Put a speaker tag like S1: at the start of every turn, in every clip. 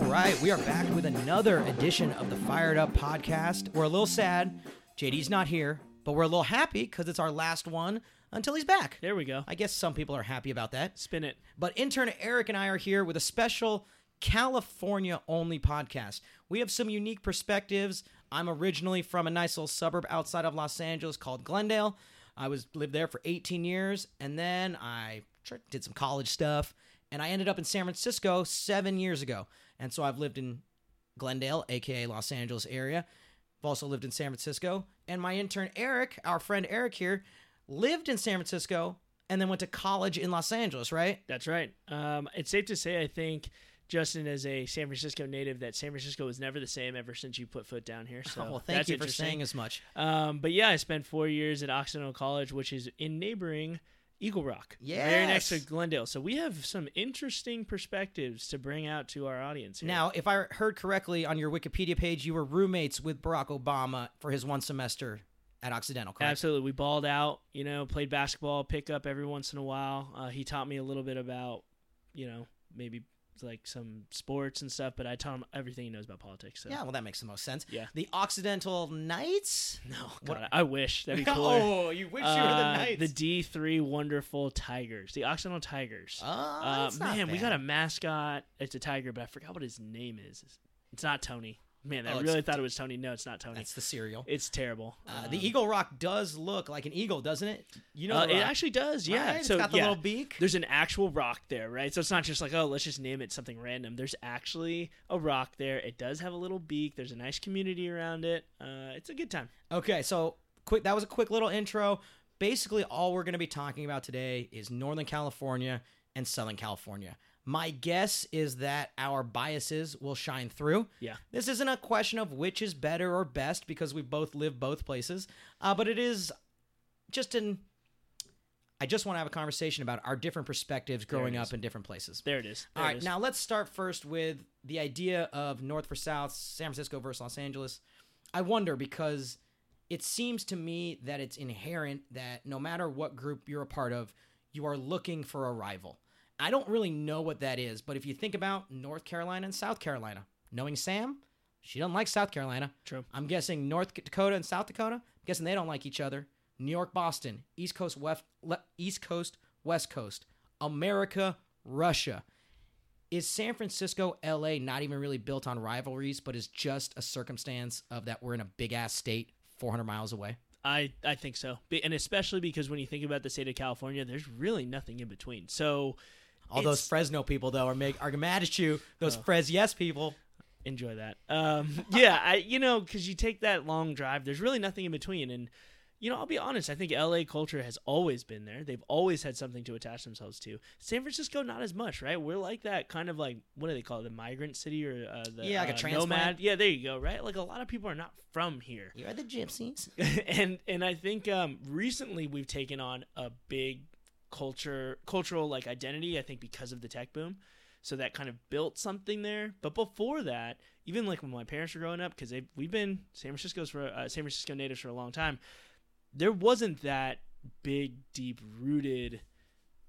S1: right, we are back with another edition of the Fired Up podcast. We're a little sad. JD's not here, but we're a little happy because it's our last one until he's back.
S2: There we go.
S1: I guess some people are happy about that.
S2: Spin it.
S1: But intern Eric and I are here with a special California only podcast. We have some unique perspectives. I'm originally from a nice little suburb outside of Los Angeles called Glendale. I was lived there for 18 years and then I tr- did some college stuff and I ended up in San Francisco 7 years ago. And so I've lived in Glendale, aka Los Angeles area. I've also lived in San Francisco and my intern Eric, our friend Eric here, lived in San Francisco and then went to college in Los Angeles, right?
S2: That's right. Um, it's safe to say, I think, Justin, as a San Francisco native, that San Francisco was never the same ever since you put foot down here. So
S1: well, thank
S2: Oh, that's
S1: you for
S2: interesting.
S1: saying as much.
S2: Um, but yeah, I spent four years at Occidental College, which is in neighboring Eagle Rock, very next to
S1: Yes.
S2: Glendale. So we have some interesting perspectives to bring out to our audience. Here.
S1: Now, if I heard correctly on your Wikipedia page, you were roommates with Barack Obama for his one semester at Occidental, correct?
S2: Absolutely. We balled out, you know, played basketball, pick up every once in a while. Uh, he taught me a little bit about, you know, maybe like some sports and stuff, but I taught him everything he knows about politics. So.
S1: Yeah, well, that makes the most sense.
S2: Yeah.
S1: The Occidental Knights? No.
S2: God, I I wish. That'd be cooler.
S1: oh, you wish you were the
S2: Uh,
S1: Knights.
S2: the D3 wonderful Tigers, the Occidental Tigers.
S1: oh,
S2: Uh,
S1: that's not
S2: man, we
S1: bad.
S2: got a mascot. It's a tiger, but I forgot what his name is. It's not Tony. Man,
S1: Oh,
S2: I
S1: it's-
S2: really thought it was Tony. No, it's not Tony.
S1: That's the cereal.
S2: It's terrible.
S1: Uh,
S2: Um,
S1: the Eagle Rock does look like an eagle, doesn't it? You know,
S2: uh,
S1: the
S2: it
S1: rock,
S2: actually does. Yeah.
S1: right?
S2: So
S1: it's got the
S2: yeah.
S1: little beak.
S2: There's an actual rock there, right? So it's not just like, oh, let's just name it something random. There's actually a rock there. It does have a little beak. There's a nice community around it. Uh, it's a good time.
S1: Okay, so quick that was a quick little intro. Basically all we're going to be talking about today is Northern California and Southern California. My guess is that our biases will shine through.
S2: Yeah.
S1: This isn't a question of which is better or best because we both live both places, uh, but it is just an. I just want to have a conversation about our different perspectives
S2: There it
S1: growing
S2: is.
S1: up in different places.
S2: There it is.
S1: All
S2: There it
S1: right,
S2: is.
S1: now let's start first with the idea of North for South, San Francisco versus Los Angeles. I wonder because it seems to me that it's inherent that no matter what group you're a part of, you are looking for a rival. I don't really know what that is, but if you think about North Carolina and South Carolina, knowing Sam, she doesn't like South Carolina.
S2: True.
S1: I'm guessing North Dakota and South Dakota. I'm guessing they don't like each other. New York, Boston, East Coast, West, Le- East Coast, West Coast, America, Russia. Is San Francisco, LA not even really built on rivalries, but is just a circumstance of that we're in a big ass state 400 miles away?
S2: I, I think so. Be- And especially because when you think about the state of California, there's really nothing in between. So
S1: All those
S2: It's-
S1: Fresno people though are make are mad at you. Those Fres yes people.
S2: enjoy that. Um, yeah, I you know because you take that long drive. There's really nothing in between, and you know I'll be honest. I think LA culture has always been there. They've always had something to attach themselves to. San Francisco, not as much, right? We're like that kind of like what do they call it, the migrant city or uh, the
S1: Yeah, like a
S2: uh,
S1: transplant.
S2: nomad? Yeah, there you go. Right, like a lot of people are not from here.
S1: You're the gypsies.
S2: and and I think um, recently we've taken on a big culture cultural like identity. I think because of the tech boom, so that kind of built something there. But before that, even like when my parents were growing up, because we've been San Francisco's for uh, San Francisco natives for a long time, there wasn't that big deep rooted.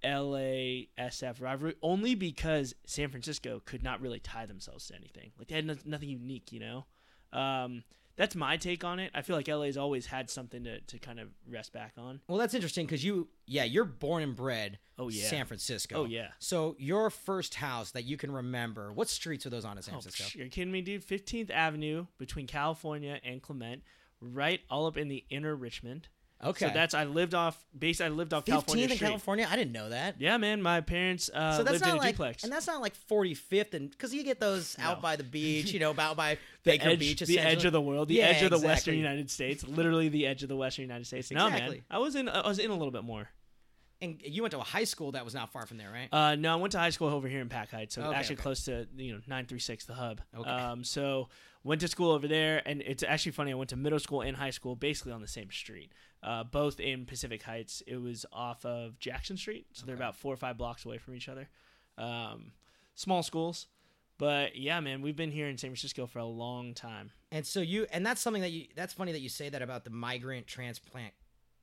S2: LA SF rivalry only because San Francisco could not really tie themselves to anything. Like they had no- nothing unique, you know. Um, that's my take on it. I feel like LA's always had something to, to kind of rest back on.
S1: Well, that's interesting because you, yeah, you're born and bred
S2: Oh yeah.
S1: San Francisco.
S2: Oh yeah.
S1: So your first house that you can remember, what streets are those on in San
S2: Oh,
S1: Francisco?
S2: psh, you're kidding me, dude. 15th Avenue between California and Clement, right all up in the inner Richmond.
S1: okay,
S2: So that's I lived off base I lived off
S1: 15th
S2: California
S1: in
S2: Street.
S1: California. I didn't know that.
S2: Yeah, man, my parents uh
S1: so that's
S2: lived
S1: not
S2: in a
S1: like,
S2: duplex.
S1: and that's not like 45th, and because you get those out
S2: No.
S1: by the beach, you know, out by Baker
S2: edge,
S1: Beach,
S2: the edge of the world, the
S1: Yeah,
S2: edge of the
S1: exactly.
S2: western United States, literally the edge of the western United States. No,
S1: Exactly.
S2: man, I was in, I was in a little bit more.
S1: And you went to a high school that was not far from there, right?
S2: Uh, no, I went to high school over here in Pack Heights, so
S1: Okay,
S2: actually
S1: okay.
S2: close to you know nine three six, the hub.
S1: Okay.
S2: Um, so went to school over there, and it's actually funny. I went to middle school and high school basically on the same street, uh, both in Pacific Heights. It was off of Jackson Street, so they're
S1: Okay.
S2: about four or five blocks away from each other. Um, small schools, but yeah, man, we've been here in San Francisco for a long time.
S1: and so you, and that's something that you. That's funny that you say that about the migrant transplant,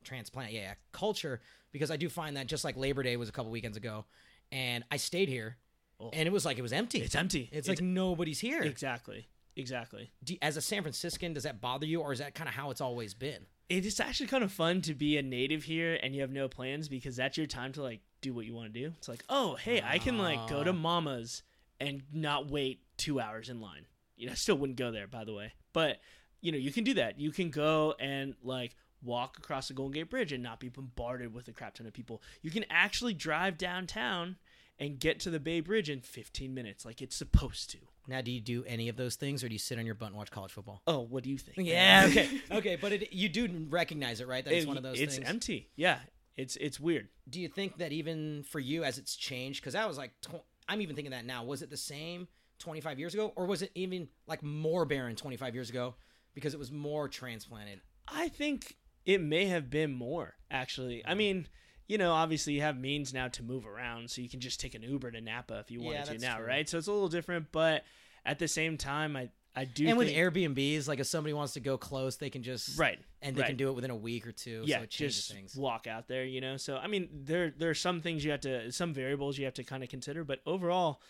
S1: transplant, yeah, yeah, culture, because I do find that just like Labor Day was a couple weekends ago, and I stayed here,
S2: Oh.
S1: and it was like it was empty.
S2: It's empty.
S1: It's, like nobody's here.
S2: exactly, exactly.
S1: Do- as a San Franciscan, does that bother you, or is that kind of how it's always been?
S2: It is actually kind of fun to be a native here and you have no plans because that's your time to like do what you want to do. It's like, oh, hey, I can like go to
S1: Ah.
S2: Mama's and not wait two hours in line. You know, I still wouldn't go there, by the way. But you know, you can do that. You can go and like walk across the Golden Gate Bridge and not be bombarded with a crap ton of people. You can actually drive downtown and get to the Bay Bridge in 15 minutes, like it's supposed to.
S1: Now, do you do any of those things, or do you sit on your butt and watch college football?
S2: Oh, what do you think?
S1: Yeah, okay, okay, but it, you do recognize it, right? That it's
S2: It-
S1: one of those
S2: It's
S1: things.
S2: empty. Yeah, it's it's weird.
S1: do you think that even for you, as it's changed, because that was like, tw- I'm even thinking that now. Was it the same 25 years ago, or was it even like more barren 25 years ago because it was more transplanted?
S2: I think it may have been more, actually.
S1: Mm.
S2: I mean, you know, obviously you have means now to move around, so you can just take an Uber to Napa if you wanted
S1: Yeah,
S2: to
S1: that's
S2: now,
S1: true.
S2: right? So it's a little different, but at the same time, I I do
S1: and with
S2: think,
S1: Airbnbs, like if somebody wants to go close, they can just
S2: right,
S1: and they
S2: right.
S1: can do it within a week or two.
S2: yeah,
S1: so it changes
S2: just
S1: things.
S2: walk out there, you know. So I mean, there there are some things you have to, some variables you have to kind of consider, but overall,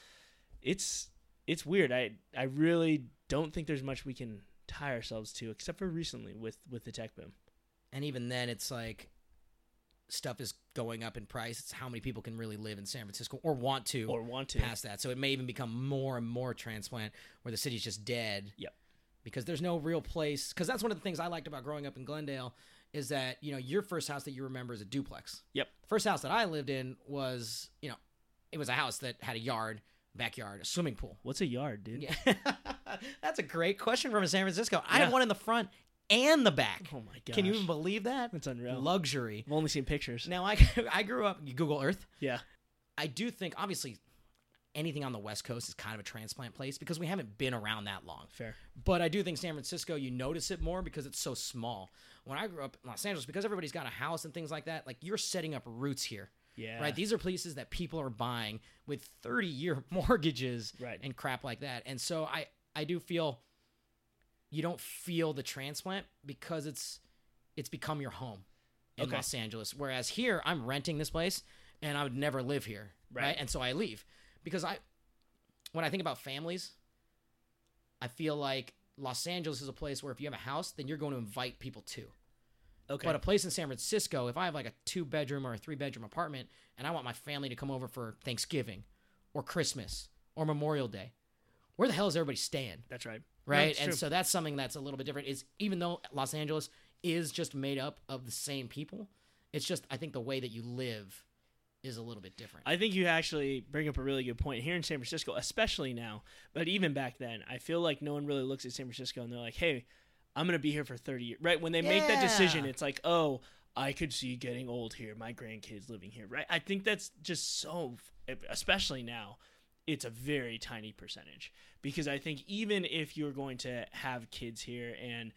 S2: it's it's weird. I I really don't think there's much we can tie ourselves to, except for recently with with the tech boom.
S1: and even then, it's like stuff is going up in price. It's how many people can really live in San Francisco or want to
S2: or want to.
S1: past that. So it may even become more and more transplant where the city's just dead.
S2: Yep.
S1: Because there's no real place. Because that's one of the things I liked about growing up in Glendale is that, you know, your first house that you remember is a duplex.
S2: Yep.
S1: First house that I lived in was, you know, it was a house that had a yard, backyard, a swimming pool.
S2: What's a yard, dude?
S1: Yeah. that's a great question from San Francisco. I had
S2: Yeah.
S1: one in the front and the back.
S2: Oh my god!
S1: Can you even believe that?
S2: That's unreal.
S1: Luxury.
S2: I've only seen pictures.
S1: Now I I grew up Google Earth.
S2: Yeah,
S1: I do think obviously anything on the West Coast is kind of a transplant place because we haven't been around that long.
S2: fair.
S1: But I do think San Francisco, you notice it more because it's so small. When I grew up in Los Angeles, because everybody's got a house and things like that, like you're setting up roots here,
S2: Yeah.
S1: right? These are places that people are buying with 30 year mortgages
S2: Right.
S1: and crap like that. And so I, I do feel you don't feel the transplant because it's it's become your home in
S2: Okay.
S1: Los Angeles. Whereas here, I'm renting this place and I would never live here. Right.
S2: Right.
S1: And so I leave because I, when I think about families, I feel like Los Angeles is a place where if you have a house, then you're going to invite people to.
S2: okay.
S1: But a place in San Francisco, if I have like a two bedroom or a three bedroom apartment and I want my family to come over for Thanksgiving or Christmas or Memorial Day, where the hell is everybody staying?
S2: That's right. No,
S1: right?
S2: it's
S1: and
S2: true.
S1: so that's something that's a little bit different. Is even though Los Angeles is just made up of the same people, it's just I think the way that you live is a little bit different.
S2: I think you actually bring up a really good point here in San Francisco, especially now, but even back then, I feel like no one really looks at San Francisco and they're like, "Hey, I'm gonna be here for 30 years." Right? When they make that decision,
S1: Yeah.
S2: it's like, "Oh, I could see getting old here. My grandkids living here." Right? I think that's just so, e, especially now, it's a very tiny percentage because I think even if you're going to have kids here and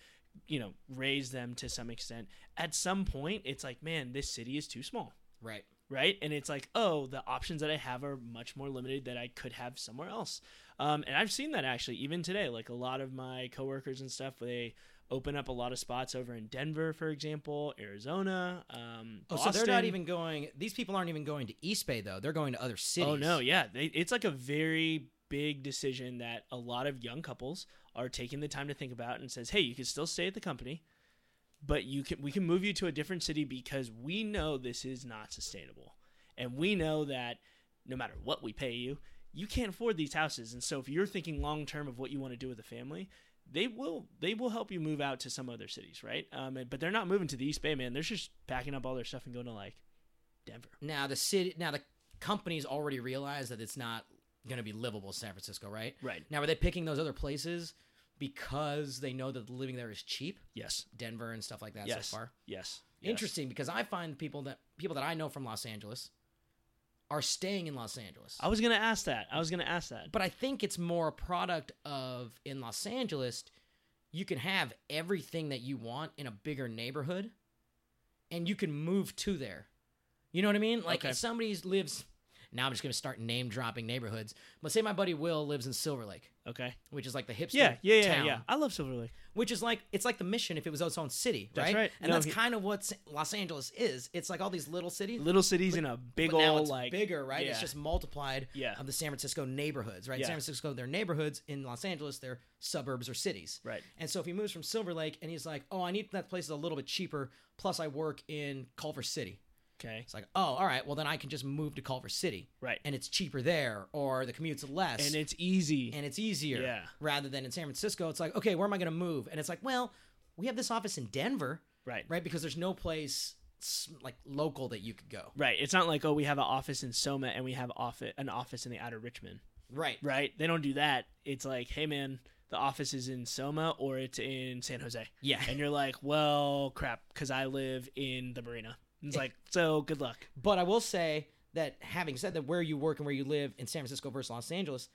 S2: you know raise them to some extent, at some point, it's like, man, this city is too small
S1: right.
S2: right? And it's like, oh, the options that I have are much more limited that I could have somewhere else. Um, and I've seen that actually even today. Like a lot of my coworkers and stuff, they open up a lot of spots over in Denver, for example, Arizona. Um,
S1: Oh, so they're not
S2: Boston.
S1: even going. These people aren't even going to East Bay though. They're going to other cities.
S2: Oh no, yeah, they, it's like a very big decision that a lot of young couples are taking the time to think about and says, "Hey, you can still stay at the company, but you can we can move you to a different city because we know this is not sustainable. And we know that no matter what we pay you, you can't afford these houses. And so if you're thinking long term of what you want to do with a family, they will they will help you move out to some other cities, right? Um, and- but they're not moving to the East Bay, man. They're just packing up all their stuff and going to like Denver.
S1: Now the city. Now the companies already realize that it's not going to be livable, San Francisco, right?
S2: Right.
S1: Now are they picking those other places because they know that living there is cheap,
S2: Yes.
S1: Denver and stuff like that?
S2: yes.
S1: So far,
S2: Yes. Yes.
S1: interesting because I find people that people that I know from Los Angeles are staying in Los Angeles.
S2: I was gonna ask that. I was gonna ask that.
S1: but I think it's more a product of in Los Angeles, you can have everything that you want in a bigger neighborhood, and you can move to there. You know what I mean? Like
S2: Okay.
S1: if somebody lives Now I'm just gonna start name dropping neighborhoods. But say my buddy Will lives in Silver Lake,
S2: Okay.
S1: which is like the hipster
S2: Yeah, yeah, yeah,
S1: town,
S2: yeah. I love Silver Lake.
S1: which is like it's like the Mission if it was its own city,
S2: That's right.
S1: And
S2: No,
S1: that's
S2: he-
S1: kind of what S- Los Angeles is. It's like all these little cities.
S2: Little cities in a big
S1: but now
S2: old
S1: it's
S2: like
S1: bigger, right? It's
S2: yeah.
S1: just multiplied
S2: Yeah.
S1: of the San Francisco neighborhoods, right?
S2: Yeah.
S1: San Francisco, their neighborhoods in Los Angeles, their suburbs or cities,
S2: Right.
S1: And so if he moves from Silver Lake and he's like, "Oh, I need that place is a little bit cheaper. Plus, I work in Culver City."
S2: Okay.
S1: It's like, "Oh, all right. Well, then I can just move to Culver City,
S2: Right.
S1: and it's cheaper there, or the commute's less,
S2: And it's easy.
S1: and it's easier."
S2: Yeah.
S1: Rather than in San Francisco, it's like, "Okay, where am I going to move?" And it's like, "Well, we have this office in Denver,
S2: right. right.
S1: right? Because there's no place s- like local that you could go,
S2: It's not like, oh, we have an office in Soma and we have office an office in the outer Richmond.
S1: right?
S2: Right? They don't do that. It's like, hey man, the office is in Soma or it's in San Jose.
S1: Yeah."
S2: And you're like, well, crap, because I live in the marina. And it's like, so good luck.
S1: But I will say that having said that, where you work and where you live in San Francisco versus Los Angeles,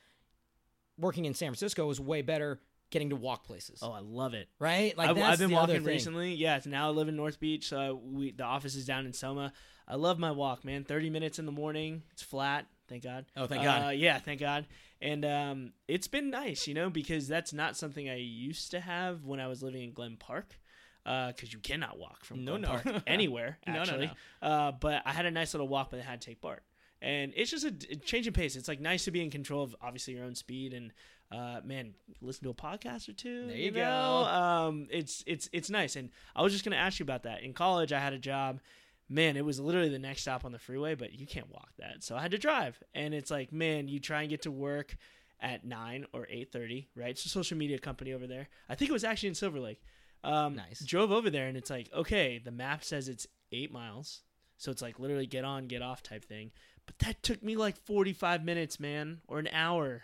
S1: working in San Francisco is way better getting to walk places,
S2: Oh, I love it.
S1: right? Like
S2: I've,
S1: that's
S2: I've been
S1: the other
S2: walking
S1: thing.
S2: recently. Yeah, it's now I live in North Beach. So I, we, the office is down in Soma. I love my walk, man. Thirty minutes in the morning. It's flat. Thank God.
S1: Oh, thank
S2: Uh,
S1: God.
S2: yeah, thank God. And um, it's been nice, you know, because that's not something I used to have when I was living in Glen Park. Because you cannot walk from
S1: No,
S2: Glen
S1: no.
S2: Park anywhere,
S1: No, no,
S2: actually. Uh, but I had a nice little walk, but I had to take part. And it's just a d- change in pace. It's like nice to be in control of obviously your own speed and uh, man, listen to a podcast or two.
S1: There you
S2: Know?
S1: go.
S2: Um, it's it's it's nice. And I was just gonna ask you about that. In college, I had a job. Man, it was literally the next stop on the freeway, but you can't walk that, so I had to drive. And it's like, man, you try and get to work at nine or eight thirty, right? It's a social media company over there. I think it was actually in Silver Lake. Um,
S1: Nice.
S2: Drove over there, and it's like, okay, the map says it's eight miles, so it's like literally get on, get off type thing. But that took me like forty five minutes, man, or an hour.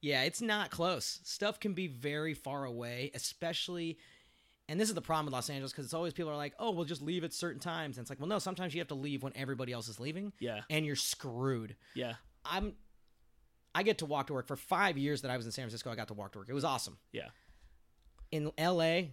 S1: Yeah, it's not close. Stuff can be very far away, especially. And this is the problem with Los Angeles because it's always people are like, "Oh, we'll just leave at certain times," and it's like, "Well, no. Sometimes you have to leave when everybody else is leaving,
S2: Yeah,
S1: and you're screwed."
S2: yeah,
S1: I'm I get to walk to work for five years that I was in San Francisco. I got to walk to work. It was awesome.
S2: Yeah.
S1: In L.A.,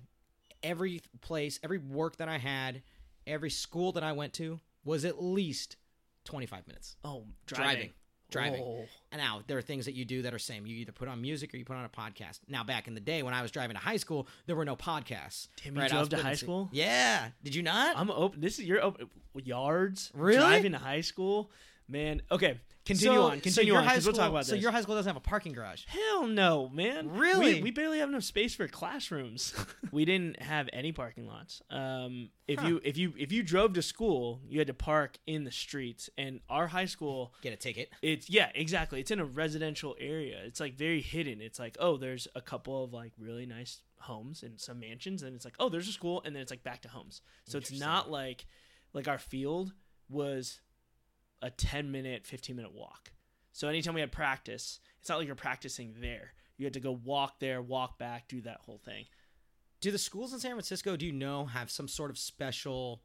S1: every place, every work that I had, every school that I went to was at least twenty five minutes
S2: Oh,
S1: driving.
S2: driving.
S1: Driving.
S2: Oh.
S1: And now there are things that you do that are same. You either put on music or you put on a podcast. Now back in the day when I was driving to high school, there were no podcasts.
S2: Damn, you
S1: I
S2: drove
S1: was
S2: to
S1: putting-
S2: high school?
S1: Yeah. Did you not?
S2: I'm open. This is your open yards.
S1: Really?
S2: Driving to high school, man. Okay, continue
S1: So-
S2: on. Continue
S1: so your
S2: on.
S1: high
S2: 'cause
S1: school,
S2: we'll talk about
S1: So
S2: this.
S1: your high school doesn't have a parking garage.
S2: Hell no, man.
S1: Really?
S2: We, we barely have enough space for classrooms. we didn't have any parking lots. Um, if
S1: Huh.
S2: you if you if you drove to school, you had to park in the streets. And our high school
S1: Get a ticket.
S2: It's yeah, exactly. It's in a residential area. It's like very hidden. It's like oh, there's a couple of like really nice homes and some mansions, and it's like oh, there's a school, and then it's like back to homes. So it's
S1: Interesting.
S2: not like like our field was a ten minute, fifteen minute walk. So anytime we had practice, it's not like you're practicing there. You had to go walk there, walk back, do that whole thing.
S1: Do the schools in San Francisco, do you know, have some sort of special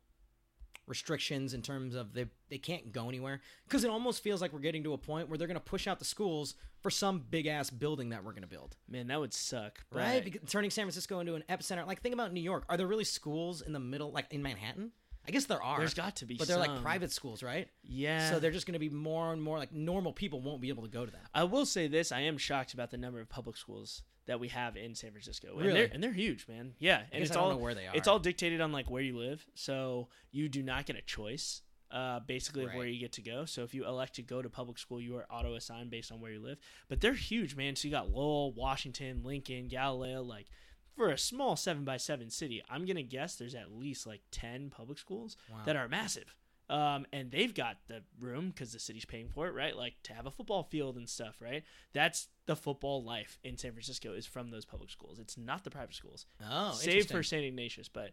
S1: restrictions in terms of they they can't go anywhere? Because it almost feels like we're getting to a point where they're going to push out the schools for some big ass building that we're going to build,
S2: Man, that would suck. but-
S1: right? Because turning San Francisco into an epicenter. Like think about New York. Are there really schools in the middle, like in Manhattan? I guess there are,
S2: There's got to be,
S1: but they're like
S2: some.
S1: private schools, right?
S2: Yeah.
S1: So they're just going to be more and more like normal people won't be able to go to that.
S2: I will say this: I am shocked about the number of public schools that we have in San Francisco, and
S1: Really?
S2: they're and they're huge, man. Yeah, and
S1: guess
S2: it's
S1: I don't
S2: all
S1: know where they
S2: It's
S1: are.
S2: all dictated on like where you live, so you do not get a choice. Uh, basically, of where
S1: Right.
S2: you get to go. So if you elect to go to public school, you are auto assigned based on where you live. But they're huge, man. So you got Lowell, Washington, Lincoln, Galileo. Like for a small seven by seven city, I'm gonna guess there's at least like ten public schools
S1: Wow.
S2: that are massive. Um, and they've got the room because the city's paying for it, right? Like to have a football field and stuff, right? That's the football life in San Francisco is from those public schools. It's not the private schools,
S1: Oh,
S2: save
S1: interesting.
S2: for St. Ignatius, but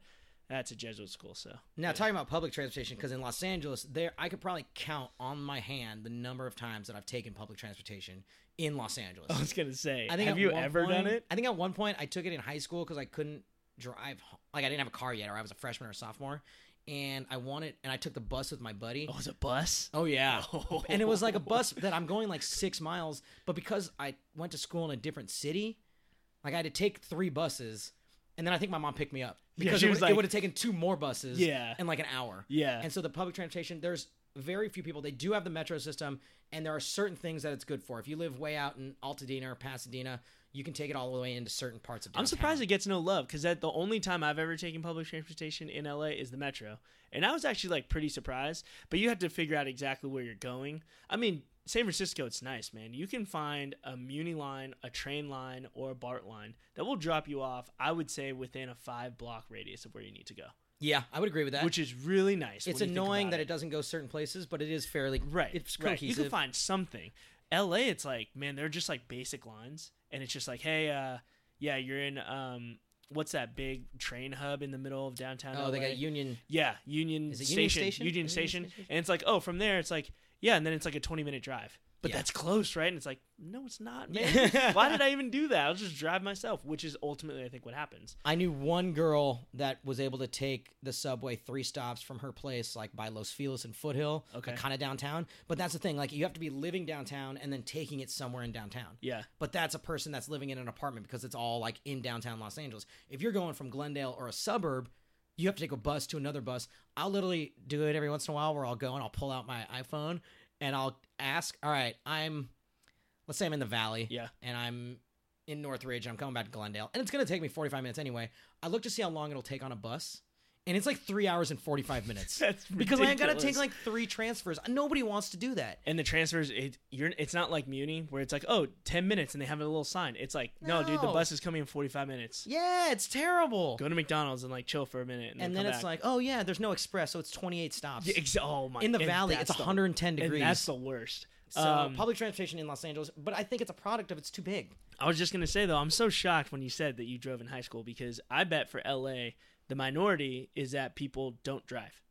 S2: that's a Jesuit school. So
S1: Now, talking about public transportation, because in Los Angeles, there I could probably count on my hand the number of times that I've taken public transportation in Los Angeles.
S2: I was gonna say,
S1: I think
S2: have
S1: at
S2: you
S1: one
S2: ever done
S1: point-
S2: it?
S1: I think at one point I took it in high school because I couldn't drive. ho- Like I didn't have a car yet, or I was a freshman or sophomore, and I wanted, and I took the bus with my buddy.
S2: Oh, it was a bus.
S1: Oh yeah.
S2: Oh.
S1: And it was like a bus that I'm going like six miles, but because I went to school in a different city, like I had to take three buses, and then I think my mom picked me up
S2: Yeah,
S1: because
S2: she
S1: it
S2: was
S1: would- it
S2: like-
S1: would have taken two more buses,
S2: Yeah.
S1: in like an hour,
S2: Yeah,
S1: and so the public transportation there's very few people. They do have the metro system, and there are certain things that it's good for. If you live way out in Altadena or Pasadena, you can take it all the way into certain parts of downtown.
S2: I'm surprised it gets no love because that the only time I've ever taken public transportation in LA is the metro, and I was actually like pretty surprised. But you have to figure out exactly where you're going. I mean, San Francisco, it's nice, man. You can find a Muni line, a train line, or a BART line that will drop you off. I would say within a five block radius of where you need to go,
S1: yeah, I would agree with that.
S2: which is really
S1: it's
S2: nice. when you think
S1: annoying
S2: about
S1: that it doesn't go certain places, but it is fairly
S2: Right.
S1: It's
S2: right.
S1: cohesive.
S2: You can find something. LA, it's like, man, they're just like basic lines. And it's just like, hey, uh, yeah, you're in um what's that big train hub in the middle of downtown?
S1: oh, they
S2: LA?
S1: got Union.
S2: Yeah, Union
S1: Is it
S2: Station.
S1: Union Station? Union
S2: Station.
S1: Station?
S2: And it's like, oh, from there it's like, yeah, and then it's like a twenty minute drive. But
S1: Yeah.
S2: that's close, right? And it's like, no, it's not, man.
S1: Yeah.
S2: Why did I even do that? I'll just drive myself, which is ultimately I think what happens.
S1: I knew one girl that was able to take the subway three stops from her place, like by Los Feliz and Foothill,
S2: Okay.
S1: kind of downtown. But that's the thing; like you have to be living downtown and then taking it somewhere in downtown.
S2: Yeah.
S1: But that's a person that's living in an apartment because it's all like in downtown Los Angeles. If you're going from Glendale or a suburb, you have to take a bus to another bus. I'll literally do it every once in a while where I'll go and I'll pull out my iPhone and I'll ask, all right, I'm, let's say I'm in the valley
S2: Yeah.
S1: and I'm in Northridge and I'm coming back to Glendale and it's going to take me 45 minutes anyway. I look to see how long it'll take on a bus and it's like three hours and 45 minutes.
S2: That's
S1: Because I gotta
S2: ridiculous.
S1: take like three transfers. Nobody wants to do that.
S2: and the transfers it you're it's not like muni where it's like oh 10 minutes and they have a little sign it's like no, dude the
S1: No.
S2: bus is coming in 45 minutes
S1: Yeah, it's terrible.
S2: go to mcdonald's and like chill for a minute and,
S1: and then it's like, oh yeah, there's no express, so it's 28 stops.
S2: like oh my
S1: in the
S2: and
S1: valley,
S2: that's
S1: it's 110
S2: the,
S1: degrees.
S2: and that's the worst
S1: so
S2: um,
S1: public transportation in Los Angeles, but I think it's a product of it's too big.
S2: i was just gonna say though i'm so shocked when you said that you drove in high school because i bet for la the minority is that people don't drive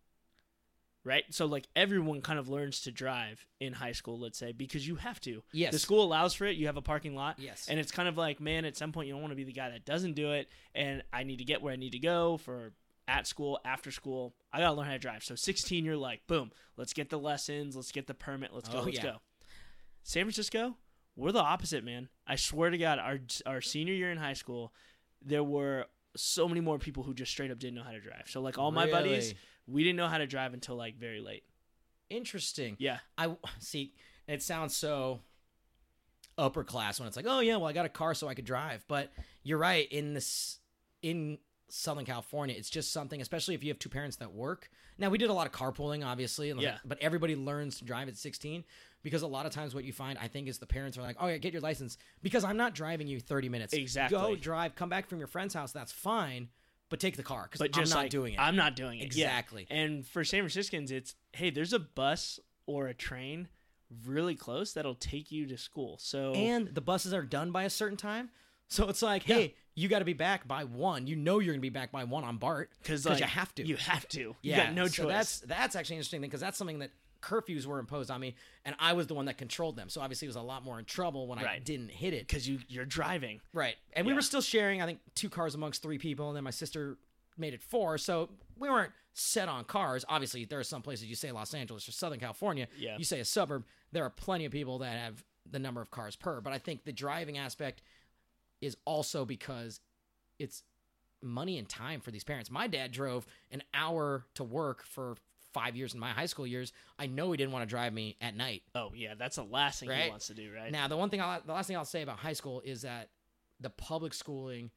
S2: right so like everyone kind of learns to drive in high school let's say because you have to
S1: Yes.
S2: the school allows for it you have a parking lot
S1: Yes.
S2: And it's kind of like, man, at some point you don't want to be the guy that doesn't do it. And I need to get where I need to go for at school, after school. I gotta learn how to drive. So 16, you're like, boom, let's get the lessons, let's get the permit, let's go,
S1: Oh,
S2: let's
S1: yeah.
S2: go. San Francisco, we're the opposite, man. I swear to God, our our senior year in high school, there were so many more people who just straight up didn't know how to drive. So like all my buddies,
S1: Really?
S2: we didn't know how to drive until like very late.
S1: Interesting.
S2: Yeah.
S1: I see. It sounds so upper class when it's like, oh yeah, well I got a car so I could drive. But you're right. In this, in Southern California, it's just something. Especially if you have two parents that work. Now we did a lot of carpooling, obviously. and like-
S2: Yeah.
S1: But everybody learns to drive at 16 because a lot of times what you find, I think, is the parents are like, oh yeah, get your license because I'm not driving you 30 minutes. Go
S2: Exactly.
S1: drive. Come back from your friend's house. That's fine. But take the car because
S2: but just
S1: I'm not
S2: like,
S1: doing it.
S2: I'm not doing it. Yeah.
S1: Exactly.
S2: And for San Franciscans, it's hey, there's a bus or a train really close that'll take you to school. So
S1: and the buses are done by a certain time. So it's like,
S2: Yeah.
S1: hey, you got to be back by one. You know you're gonna be back by one on Bart
S2: because
S1: you have to.
S2: you have to.
S1: yeah,
S2: you got no choice.
S1: So that's that's actually an interesting thing because that's something that curfews were imposed on me, and I was the one that controlled them. So obviously, it was a lot more in trouble when I
S2: Right.
S1: didn't hit it.
S2: because you you're driving.
S1: Right, and we
S2: Yeah.
S1: were still sharing. I think two cars amongst three people, and then my sister made it four. So we weren't set on cars. Obviously, there are some places you say Los Angeles or Southern California.
S2: Yeah.
S1: You say a suburb. There are plenty of people that have the number of cars per. But I think the driving aspect is also because it's money and time for these parents. My dad drove an hour to work for five years in my high school years. I know he didn't want to drive me at night.
S2: Oh yeah, that's the last thing
S1: Right?
S2: he wants to do, right?
S1: Now, the one thing, I'll, the last thing I'll say about high school is that the public schooling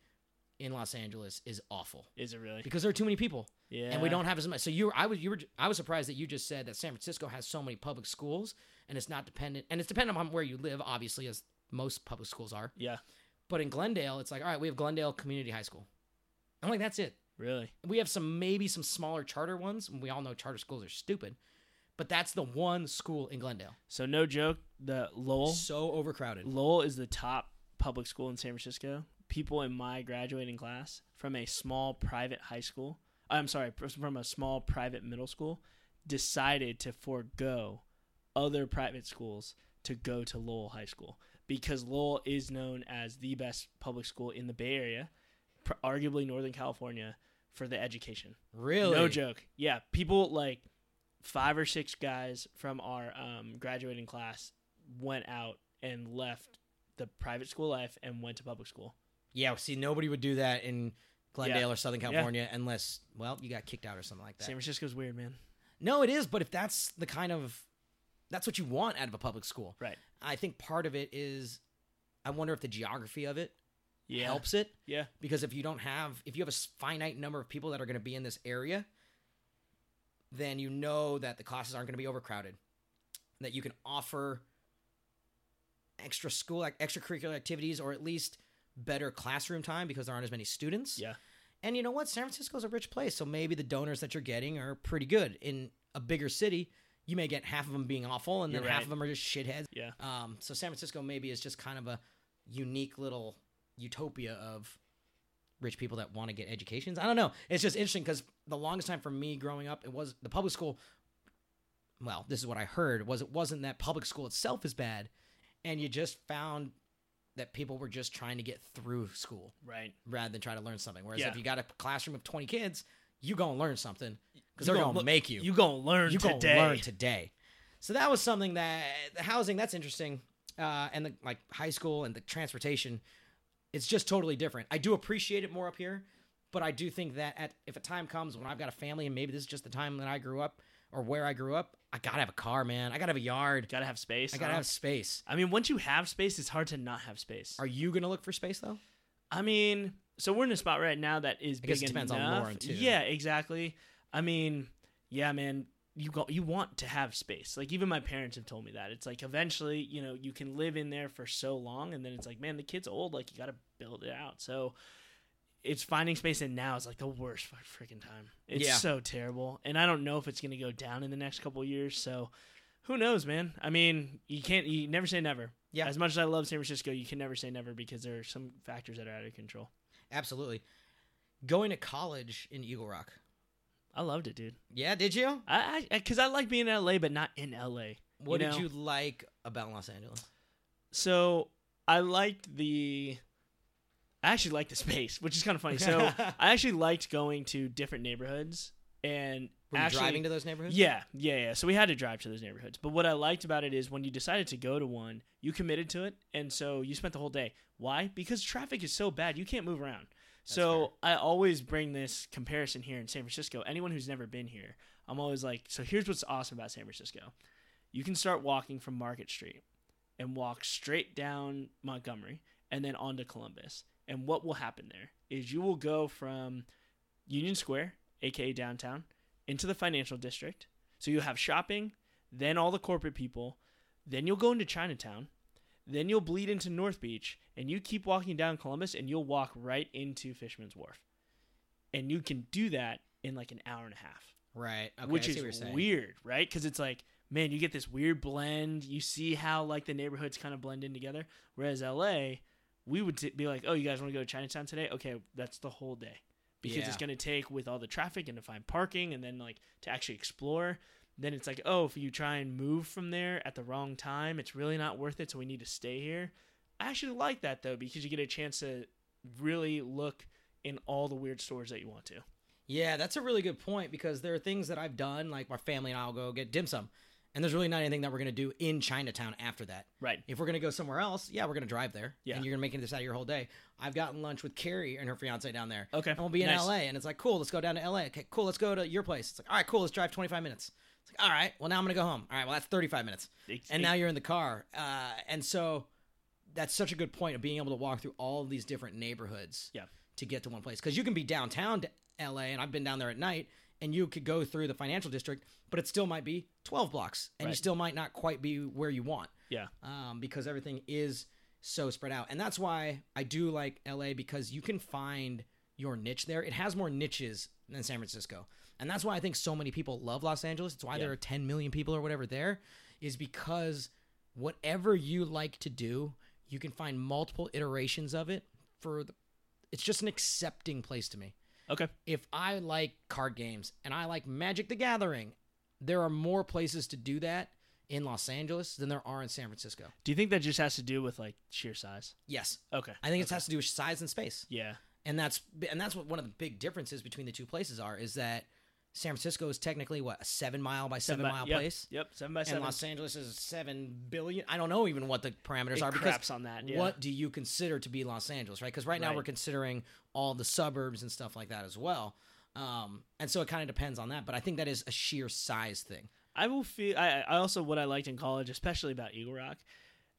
S1: in Los Angeles is awful
S2: Is it really?
S1: because there are too many people,
S2: Yeah.
S1: and we don't have as much. So you, were, I was, you were, I was surprised that you just said that San Francisco has so many public schools, and it's not dependent, and it's dependent on where you live, obviously, as most public schools are.
S2: Yeah.
S1: But in Glendale, it's like, all right, we have Glendale Community High School. I'm like, that's it.
S2: Really.
S1: We have some maybe some smaller charter ones, and we all know charter schools are stupid, but that's the one school in Glendale.
S2: So no joke. The Lowell
S1: So overcrowded.
S2: Lowell is the top public school in San Francisco. People in my graduating class from a small private high school, I'm sorry, from a small private middle school, decided to forego other private schools to go to Lowell High School because Lowell is known as the best public school in the Bay Area, pr- arguably Northern California, for the education.
S1: Really?
S2: No joke. Yeah, people like five or six guys from our um, graduating class went out and left the private school life and went to public school.
S1: Yeah, see, nobody would do that in Glendale or Southern
S2: Yeah.
S1: California unless, well, you got kicked out or something like that.
S2: San Francisco's weird, man.
S1: No, it is, but if that's the kind of that's what you want out of a public school.
S2: Right.
S1: I think part of it is I wonder if the geography of it
S2: Yeah.
S1: helps it
S2: Yeah.
S1: because if you don't have if you have a s- finite number of people that are going to be in this area, then you know that the classes aren't going to be overcrowded. That you can offer extra school like extracurricular activities or at least better classroom time because there aren't as many students.
S2: Yeah.
S1: And you know what? San Francisco's a rich place, so maybe the donors that you're getting are pretty good. In a bigger city, you may get half of them being awful, and then
S2: You're
S1: half
S2: right.
S1: of them are just shitheads.
S2: Yeah.
S1: Um, so San Francisco maybe is just kind of a unique little utopia of rich people that want to get educations. I don't know. It's just interesting because the longest time for me growing up, it was the public school. Well, this is what I heard was it wasn't that public school itself is bad, and you just found that people were just trying to get through school
S2: Right.
S1: rather than try to learn something. Whereas
S2: Yeah.
S1: if you got a classroom of 20 kids, you going to learn something because
S2: You
S1: they're
S2: gonna
S1: going to
S2: look-
S1: make you.
S2: You gonna learn
S1: You going
S2: today.
S1: to learn today. So that was something that the housing, that's interesting. Uh, and the like high school and the transportation, it's just totally different. I do appreciate it more up here, but I do think that at, if a time comes when I've got a family and maybe this is just the time that I grew up or where I grew up, I got to have a car, man. I got to have a yard.
S2: gotta have space.
S1: I got to
S2: huh?
S1: have space.
S2: I mean, once you have space, it's hard to not have space.
S1: Are you going to look for space though?
S2: I mean, so we're in a spot right now that is
S1: I guess
S2: big
S1: it depends on
S2: enough.
S1: Lauren, too.
S2: Yeah, exactly. I mean, yeah, man, you go, you want to have space. Like even my parents have told me that. It's like eventually, you know, you can live in there for so long and then it's like, man, the kid's old, like you got to build it out. So it's finding space and now is like the worst fu- freaking time. It's
S1: Yeah.
S2: so terrible. And I don't know if it's going to go down in the next couple of years, so who knows, man? I mean, you can't you never say never.
S1: Yeah.
S2: As much as I love San Francisco, you can never say never because there are some factors that are out of control.
S1: Absolutely. Going to college in Eagle Rock.
S2: I loved it, dude.
S1: Yeah, did you?
S2: I because I, like being in LA, but not in LA.
S1: What
S2: you
S1: did
S2: know?
S1: you like about Los Angeles?
S2: So I liked the. I actually liked the space, which is kind of funny. So I actually liked going to different neighborhoods and
S1: Were you
S2: actually,
S1: driving to those neighborhoods?
S2: Yeah, yeah, yeah. So we had to drive to those neighborhoods. But what I liked about it is when you decided to go to one, you committed to it, and so you spent the whole day. Why? Because traffic is so bad, you can't move around. so I always bring this comparison here in San Francisco. Anyone who's never been here, I'm always like, so here's what's awesome about San Francisco. You can start walking from Market Street and walk straight down Montgomery and then on to Columbus. And what will happen there is you will go from Union Square, aka downtown, into the financial district. So you have shopping, then all the corporate people, then you'll go into Chinatown, then you'll bleed into North Beach, and you keep walking down Columbus and you'll walk right into Fisherman's Wharf. And you can do that in like an hour and a half
S1: Right. Okay, I
S2: which
S1: see what you're
S2: is
S1: saying.
S2: weird, right? Because it's like, man, you get this weird blend. You see how like the neighborhoods kind of blend in together. Whereas LA, we would t- be like, oh, you guys want to go to Chinatown today? Okay, that's the whole day because
S1: Yeah.
S2: it's going to take with all the traffic and to find parking and then like to actually explore. Then it's like, oh, if you try and move from there at the wrong time, it's really not worth it. So we need to stay here. I actually like that though because you get a chance to really look in all the weird stores that you want to.
S1: Yeah, that's a really good point because there are things that I've done, like my family and I will go get dim sum. And there's really not anything that we're going to do in Chinatown after that.
S2: Right.
S1: If we're going to go somewhere else, yeah, we're going to drive there.
S2: Yeah.
S1: And you're going to make this out of your whole day. I've gotten lunch with Carrie and her fiance down there.
S2: Okay,
S1: And we'll be in
S2: nice.
S1: LA. And it's like, cool, let's go down to LA. Okay, cool, let's go to your place. It's like, all right, cool, let's drive 25 minutes. It's like, all right, well, now I'm going to go home. All right, well, that's 35 minutes.
S2: Ex-
S1: and now you're in the car. Uh, and so that's such a good point of being able to walk through all of these different neighborhoods
S2: Yeah.
S1: to get to one place. Because you can be downtown to LA, and I've been down there at night, and you could go through the financial district, but it still might be 12 blocks, and you
S2: Right.
S1: still might not quite be where you want
S2: yeah.
S1: um, because everything is so spread out. And that's why I do like LA because you can find your niche there. It has more niches than San Francisco. And that's why I think so many people love Los Angeles. It's why there
S2: Yeah.
S1: are 10 million people or whatever there, is because whatever you like to do, you can find multiple iterations of it for the, it's just an accepting place to me
S2: Okay.
S1: if I like card games and I like Magic the Gathering, there are more places to do that in Los Angeles than there are in San Francisco.
S2: Do you think that just has to do with like sheer size?
S1: Yes.
S2: Okay.
S1: I think it has to do with size and space.
S2: Yeah.
S1: And that's and that's what one of the big differences between the two places are is that San Francisco is technically what a 7 mile by 7,
S2: by-
S1: mile
S2: yep,
S1: place
S2: Yep. Seven by
S1: and
S2: seven.
S1: Los Angeles is 7 billion. I don't know even what the parameters
S2: It
S1: are because
S2: craps on that. Yeah.
S1: what do you consider to be Los Angeles, right? Because right now
S2: Right.
S1: we're considering all the suburbs and stuff like that as well. Um, and so it kind of depends on that. But I think that is a sheer size thing.
S2: I will feel. I, I also what I liked in college, especially about Eagle Rock.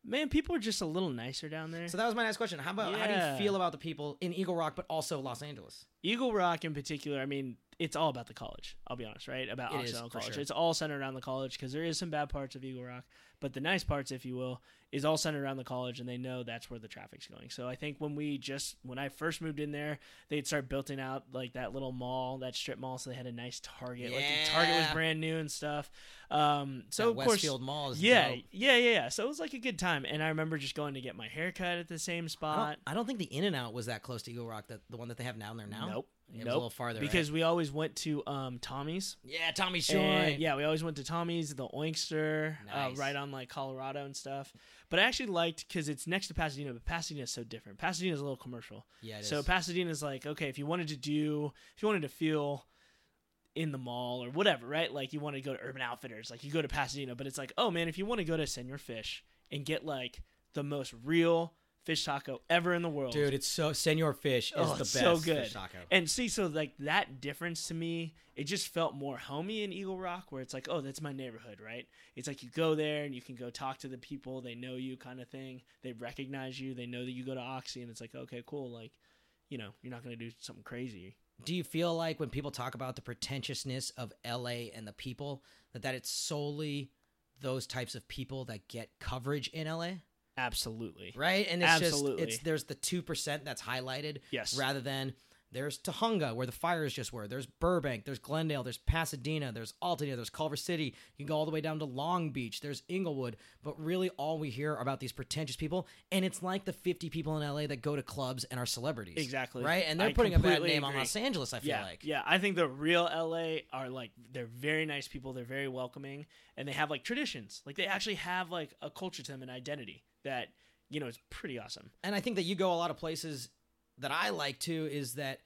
S2: Man, people are just a little nicer down there.
S1: So that was my next question. How about how do
S2: Yeah.
S1: you feel about the people in Eagle Rock, but also Los Angeles?
S2: Eagle Rock in particular, I mean, it's all about the college. I'll be honest, right? About
S1: It is,
S2: Occidental
S1: for
S2: College.
S1: sure.
S2: It's all centered around the college because there is some bad parts of Eagle Rock, but the nice parts, if you will, is all centered around the college, and they know that's where the traffic's going. So I think when we just when I first moved in there, they'd start building out like that little mall, that strip mall, so they had a nice Target. Like the Target was
S1: Yeah.
S2: brand new and stuff. Um, so
S1: That
S2: of course,
S1: Westfield Mall is
S2: yeah,
S1: dope.
S2: yeah, yeah, yeah. So it was like a good time, and I remember just going to get my haircut at the same
S1: I
S2: spot.
S1: don't, I don't think the In and Out was that close to Eagle Rock, that the one that they have down there now.
S2: Nope.
S1: It was a
S2: nope.
S1: little farther. right?
S2: because we always went to um, Tommy's.
S1: Yeah, Tommy Shore.
S2: And, yeah, we always went to Tommy's, the Oinkster,
S1: Nice.
S2: uh, right on like Colorado and stuff. But I actually liked because it's next to Pasadena, but Pasadena's so different. Pasadena's a little commercial.
S1: Yeah, it is.
S2: So Pasadena's like, okay, if you wanted to do, if you wanted to feel in the mall or whatever, right? Like you want to go to Urban Outfitters, like you go to Pasadena, but it's like, oh man, if you want to go to Senor Fish and get like the most real fish taco ever in the world,
S1: Dude, it's so Senor Fish is
S2: Oh,
S1: the best
S2: it's so
S1: fish
S2: good.
S1: taco.
S2: And see, so like that difference to me, it just felt more homey in Eagle Rock, where it's like, oh, that's my neighborhood, right? It's like you go there and you can go talk to the people, they know you, kind of thing. They recognize you, they know that you go to Oxy, and it's like, okay, cool, like, you know, you're not gonna do something crazy.
S1: Do you feel like when people talk about the pretentiousness of LA and the people that that it's solely those types of people that get coverage in LA,
S2: Absolutely.
S1: right? And it's
S2: Absolutely.
S1: just it's there's the 2% that's highlighted
S2: Yes.
S1: rather than there's Tahunga where the fires just were. There's Burbank, there's Glendale, there's Pasadena, there's Altadena, there's Culver City. You can go all the way down to Long Beach, there's Inglewood, but really all we hear are about these pretentious people and it's like the 50 people in LA that go to clubs and are celebrities.
S2: Exactly.
S1: Right? And they're
S2: I
S1: putting a bad
S2: completely
S1: name on
S2: agree.
S1: Los Angeles, I feel
S2: yeah,
S1: like.
S2: yeah. I think the real LA are like they're very nice people. They're very welcoming, and they have like traditions. Like they actually have like a culture to them, an identity that you know is pretty awesome.
S1: and I think that you go a lot of places that I like too is that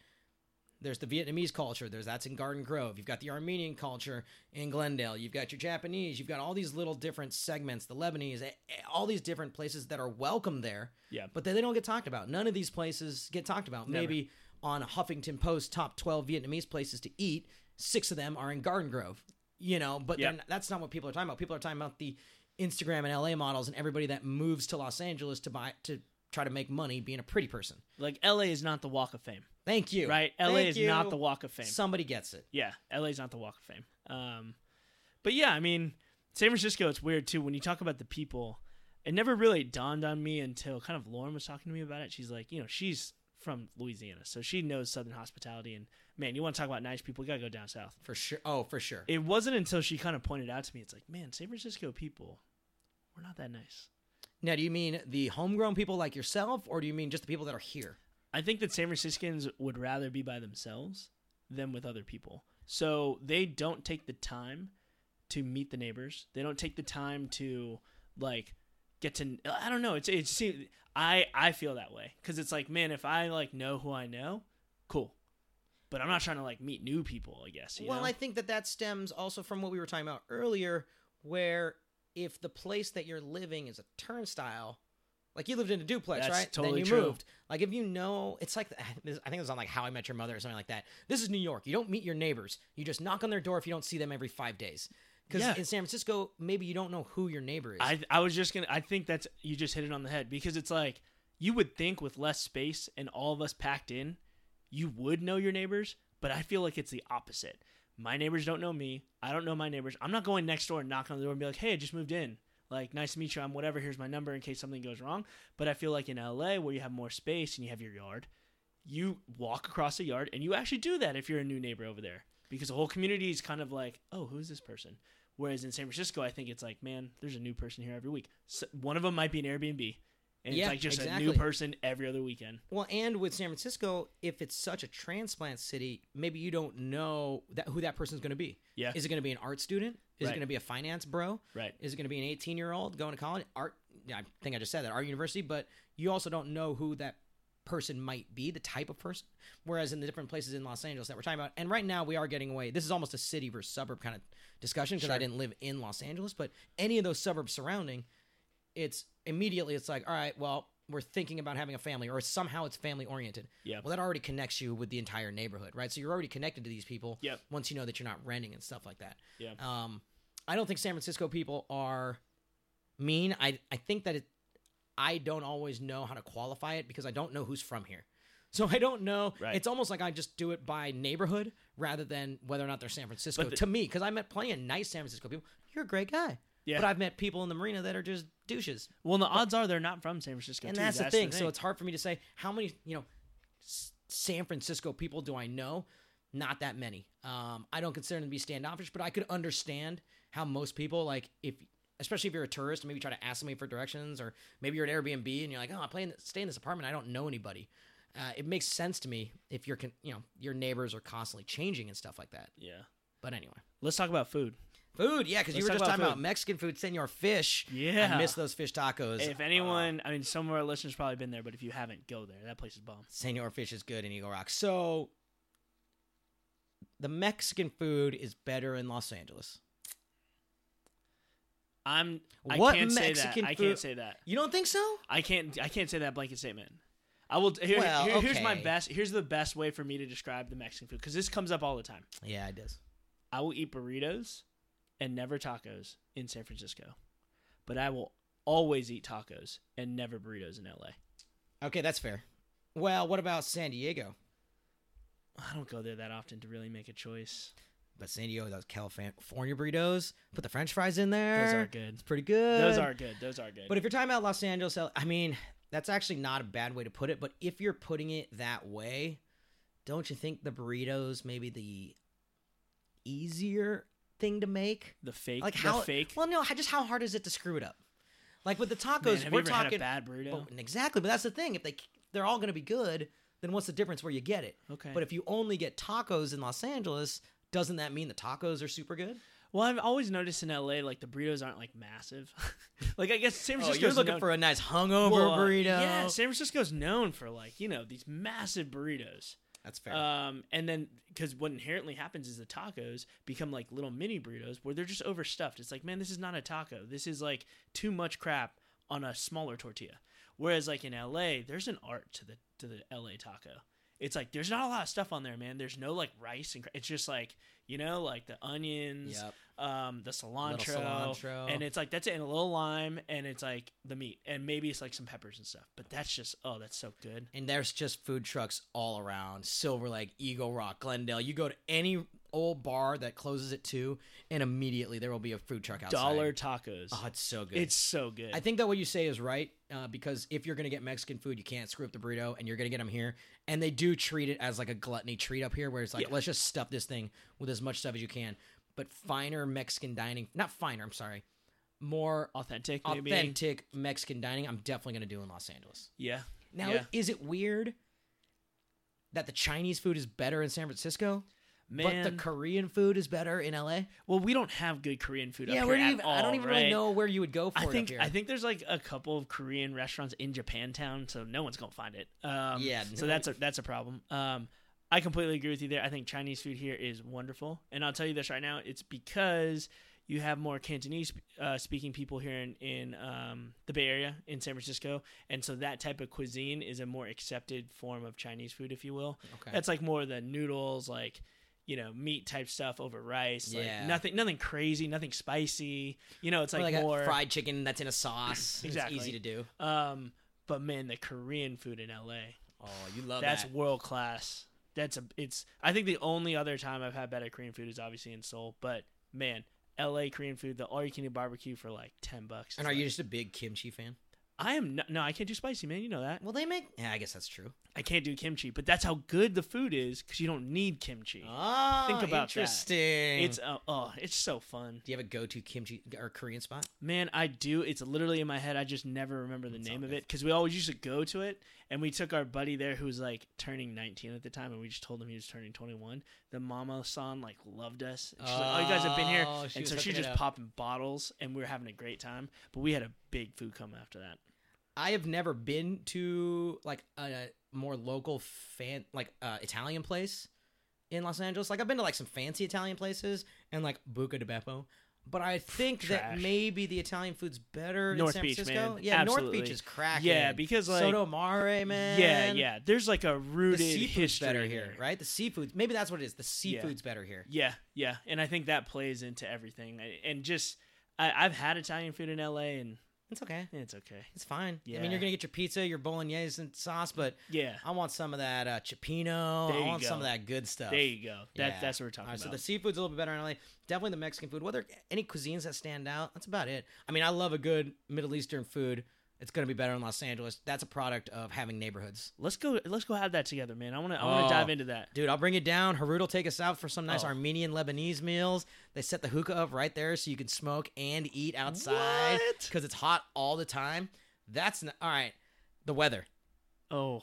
S1: there's the Vietnamese culture, there's that's in Garden Grove. You've got the Armenian culture in Glendale. You've got your Japanese. You've got all these little different segments, the Lebanese, eh, eh, all these different places that are welcome there,
S2: Yeah,
S1: but they, they don't get talked about. None of these places get talked about.
S2: Never.
S1: Maybe on Huffington Post top 12 Vietnamese places to eat, six of them are in Garden Grove. You know, but
S2: Yeah.
S1: they're n- that's not what people are talking about. People are talking about the Instagram and LA models and everybody that moves to Los Angeles to buy to try to make money being a pretty person.
S2: like LA is not the Walk of Fame,
S1: Thank you.
S2: right? LA
S1: Thank
S2: is
S1: you.
S2: not the Walk of Fame.
S1: Somebody gets it.
S2: yeah, LA is not the Walk of Fame. Um, but yeah, I mean, San Francisco, it's weird too when you talk about the people. It never really dawned on me until kind of Lauren was talking to me about it. She's like, you know, she's from Louisiana, so she knows Southern hospitality. And man, you want to talk about nice people, you gotta go down south.
S1: For sure. Oh, for sure.
S2: It wasn't until she kind of pointed out to me, it's like, man, San Francisco people, we're not that nice.
S1: now, do you mean the homegrown people like yourself or do you mean just the people that are here?
S2: I think that San Franciscans would rather be by themselves than with other people. So they don't take the time to meet the neighbors. They don't take the time to like get to. I don't know. It's it's. see, I I feel that way because it's like, man, if I like know who I know, cool. But I'm not trying to like meet new people. I guess. You
S1: well,
S2: know?
S1: I think that that stems also from what we were talking about earlier, where if the place that you're living is a turnstile, like you lived in a duplex,
S2: That's
S1: right?
S2: totally
S1: then you
S2: true.
S1: moved. Like if you know, it's like this- I think it was on like How I Met Your Mother or something like that. This is New York. You don't meet your neighbors. You just knock on their door if you don't see them every five days. Because
S2: Yeah.
S1: in San Francisco, maybe you don't know who your neighbor is.
S2: I I was just gonna. I think that's you just hit it on the head because it's like you would think with less space and all of us packed in, you would know your neighbors. But I feel like it's the opposite. My neighbors don't know me. I don't know my neighbors. I'm not going next door and knocking on the door and be like, "Hey, I just moved in. Like, nice to meet you. I'm whatever. Here's my number in case something goes wrong." But I feel like in LA where you have more space and you have your yard, you walk across the yard and you actually do that if you're a new neighbor over there because the whole community is kind of like, oh, who's this person? Whereas in San Francisco, I think it's like, man, there's a new person here every week. So one of them might be an Airbnb, and
S1: Yeah,
S2: it's like just a
S1: exactly.
S2: new person every other weekend.
S1: Well, and with San Francisco, if it's such a transplant city, maybe you don't know that who that person's going to be.
S2: Yeah.
S1: Is it going to be an art student? Is it
S2: Right.
S1: going to be a finance bro?
S2: Right.
S1: Is it going to be an 18 year old going to college? Art, yeah, I think I just said that, art university, but you also don't know who that person might be, the type of person. Whereas in the different places in Los Angeles that we're talking about, and right now we are getting away, this is almost a city versus suburb kind of discussion because I
S2: Sure.
S1: didn't live in Los Angeles, but any of those suburbs surrounding, it's immediately, it's like, all right, well, we're thinking about having a family or somehow it's family oriented.
S2: Yeah.
S1: Well, that already connects you with the entire neighborhood, right? So you're already connected to these people
S2: Yep.
S1: once you know that you're not renting and stuff like that.
S2: Yeah.
S1: Um, I don't think San Francisco people are mean. I I think that it. I don't always know how to qualify it because I don't know who's from here. So I don't know.
S2: Right.
S1: It's almost like I just do it by neighborhood rather than whether or not they're San Francisco
S2: the-
S1: to me. Because I met plenty of nice San Francisco people. You're a great guy.
S2: Yeah.
S1: But I've met people in the marina that are just douches.
S2: Well, and the odds are they're not from San Francisco.
S1: And
S2: too.
S1: that's, the, thing. So it's hard for me to say how many, you know, S- San Francisco people do I know? Not that many. Um, I don't consider them to be standoffish, but I could understand how most people, like, if, especially if you're a tourist, maybe try to ask somebody for directions, or maybe you're at Airbnb and you're like, oh, I play in, stay in this apartment. I don't know anybody. Uh, it makes sense to me if you're, con- you know, your neighbors are constantly changing and stuff like that.
S2: yeah.
S1: But anyway.
S2: Let's talk about food.
S1: Food, yeah, because you were
S2: Let's talk
S1: just
S2: about
S1: talking about
S2: food.
S1: Mexican food, Senor Fish.
S2: Yeah.
S1: I miss those fish tacos.
S2: If anyone, I mean, some of our listeners probably been there, but if you haven't, go there. That place is bomb.
S1: Senor Fish is good in Eagle Rock. So the Mexican food is better in Los Angeles.
S2: I'm. I
S1: What
S2: can't say
S1: Mexican
S2: that. I
S1: food-
S2: can't say that.
S1: You don't think so?
S2: I can't. I can't say that blanket statement. I will. Here,
S1: Well,
S2: here- Here's my
S1: okay.
S2: best. Here's the best way for me to describe the Mexican food because this comes up all the time.
S1: Yeah, it does.
S2: I will eat burritos and never tacos in San Francisco, but I will always eat tacos and never burritos in LA.
S1: Okay, that's fair. Well, what about San Diego?
S2: I don't go there that often to really make a choice.
S1: But San Diego, those California burritos, put the French fries in there.
S2: Those are good.
S1: It's pretty good.
S2: Those are good. Those are good.
S1: But if you're talking about Los Angeles, L- I mean, that's actually not a bad way to put it. But if you're putting it that way, don't you think the burritos maybe the easier thing to make?
S2: the fake,
S1: like
S2: the
S1: how
S2: fake.
S1: Well, no, how- just how hard is it to screw it up? Like with the tacos,
S2: Man, have
S1: we're
S2: you ever
S1: talking
S2: had a bad burrito?
S1: but- exactly. But that's the thing. If they they're all going to be good, then what's the difference where you get it?
S2: Okay.
S1: But if you only get tacos in Los Angeles, doesn't that mean the tacos are super good?
S2: well, I've always noticed in LA, like the burritos aren't like massive. like I guess San
S1: Oh,
S2: Francisco's
S1: you're looking
S2: known-
S1: for a nice hungover
S2: Well, uh,
S1: burrito.
S2: Yeah, San Francisco's known for like you know these massive burritos.
S1: that's fair.
S2: Um, and then because what inherently happens is the tacos become like little mini burritos where they're just overstuffed. It's like, man, this is not a taco. This is like too much crap on a smaller tortilla. Whereas like in LA, there's an art to the to the LA taco. It's like there's not a lot of stuff on there, man. There's no like rice and cra- it's just like you know like the onions,
S1: Yep.
S2: um, the cilantro,
S1: cilantro.
S2: and it's like that's it, and a little lime, and it's like the meat, and maybe it's like some peppers and stuff. But that's just oh, that's so good.
S1: and there's just food trucks all around Silver Lake, Eagle Rock, Glendale. You go to any old bar that closes at two, and immediately there will be a food truck outside.
S2: Dollar tacos.
S1: Oh, it's so good.
S2: It's so good.
S1: I think that what you say is right uh, because if you're gonna get Mexican food, you can't screw up the burrito, and you're gonna get them here. And they do treat it as like a gluttony treat up here, where it's like
S2: Yeah.
S1: let's just stuff this thing with as much stuff as you can. But finer Mexican dining, not finer. I'm sorry, more
S2: authentic, maybe.
S1: authentic Mexican dining. I'm definitely gonna do in Los Angeles.
S2: Yeah.
S1: Now,
S2: Yeah.
S1: is it weird that the Chinese food is better in San Francisco,
S2: Man.
S1: but the Korean food is better in LA?
S2: well, we don't have good Korean food.
S1: Yeah,
S2: up
S1: where do
S2: here
S1: you?
S2: at
S1: Even, I don't
S2: all,
S1: even
S2: right?
S1: really know where you would go for
S2: I
S1: it up
S2: think
S1: here.
S2: I think there's like a couple of Korean restaurants in Japantown, so no one's gonna find it. Um,
S1: Yeah,
S2: so
S1: no-
S2: that's a that's a problem. Um, I completely agree with you there. I think Chinese food here is wonderful, and I'll tell you this right now: it's because you have more Cantonese uh, speaking people here in in um, the Bay Area in San Francisco, and so that type of cuisine is a more accepted form of Chinese food, if you will.
S1: Okay.
S2: That's like more the noodles, like you know, meat type stuff over rice.
S1: Yeah.
S2: Like nothing, nothing crazy, nothing spicy. You know, it's
S1: Or
S2: like,
S1: a
S2: more
S1: fried chicken that's in a sauce.
S2: Exactly.
S1: It's easy to do.
S2: um, but man, the Korean food in LA,
S1: Oh, you love
S2: that's
S1: that.
S2: world class. That's a it's I think the only other time I've had better Korean food is obviously in Seoul, but man, LA Korean food, the all you can eat barbecue for like 10 bucks.
S1: And
S2: It's
S1: are you
S2: like-
S1: just a big kimchi fan?
S2: I am no, no, I can't do spicy, man, you know that.
S1: Well, they make. Yeah, I guess that's true.
S2: I can't do kimchi, but that's how good the food is cuz you don't need kimchi.
S1: Oh,
S2: Think about that.
S1: interesting.
S2: It's uh, oh, it's so fun.
S1: do you have a go-to kimchi or Korean spot?
S2: Man, I do. It's literally in my head. I just never remember the
S1: It's
S2: name
S1: all
S2: of
S1: good.
S2: it because we always used to go to it, and we took our buddy there who was like turning 19 at the time, and we just told him he was turning 21. The mama san like loved us. And she's like, "Oh, you guys have been here,"
S1: Oh, she
S2: and
S1: was
S2: so she
S1: hooking it
S2: just
S1: up.
S2: popping bottles, and we were having a great time. But we had a big food come after that.
S1: I have never been to like a more local fan like uh, Italian place in Los Angeles. Like I've been to like some fancy Italian places and like Buca di Beppo, But I think that
S2: Trash.
S1: maybe the Italian food's better
S2: North
S1: in San
S2: Beach,
S1: Francisco.
S2: man.
S1: Yeah, North Beach
S2: Absolutely.
S1: is cracking.
S2: Yeah, because, like-
S1: Soto Mare, man.
S2: Yeah, yeah. There's like a
S1: The
S2: rooted
S1: seafood's
S2: history
S1: better here, right? The seafood. Maybe that's what it is. The seafood's better here.
S2: Yeah, yeah, and I think that plays into everything. I- And just, I, I've had Italian food in LA, and
S1: It's okay.
S2: it's okay.
S1: It's fine. I mean,
S2: Yeah.
S1: you're gonna get your pizza, your bolognese and sauce, but
S2: Yeah,
S1: I want some of that uh, chipino.
S2: There
S1: I
S2: you
S1: want some of
S2: go.
S1: that good stuff.
S2: there you go. That
S1: Yeah.
S2: that's what we're
S1: All
S2: talking
S1: right,
S2: about.
S1: so the seafood's a little bit better in LA. Definitely the Mexican food. Whether any cuisines that stand out, that's about it. I mean, I love a good Middle Eastern food. It's gonna be better in Los Angeles. That's a product of having neighborhoods.
S2: let's go. Let's go have that together, man. I want to. I want
S1: Oh.
S2: to dive into that.
S1: Dude, I'll bring it down. Harut will take us out for some nice
S2: Oh.
S1: Armenian Lebanese meals. They set the hookah up right there so you can smoke and eat outside
S2: What?
S1: because it's hot all the time. That's n all right. The weather.
S2: Oh,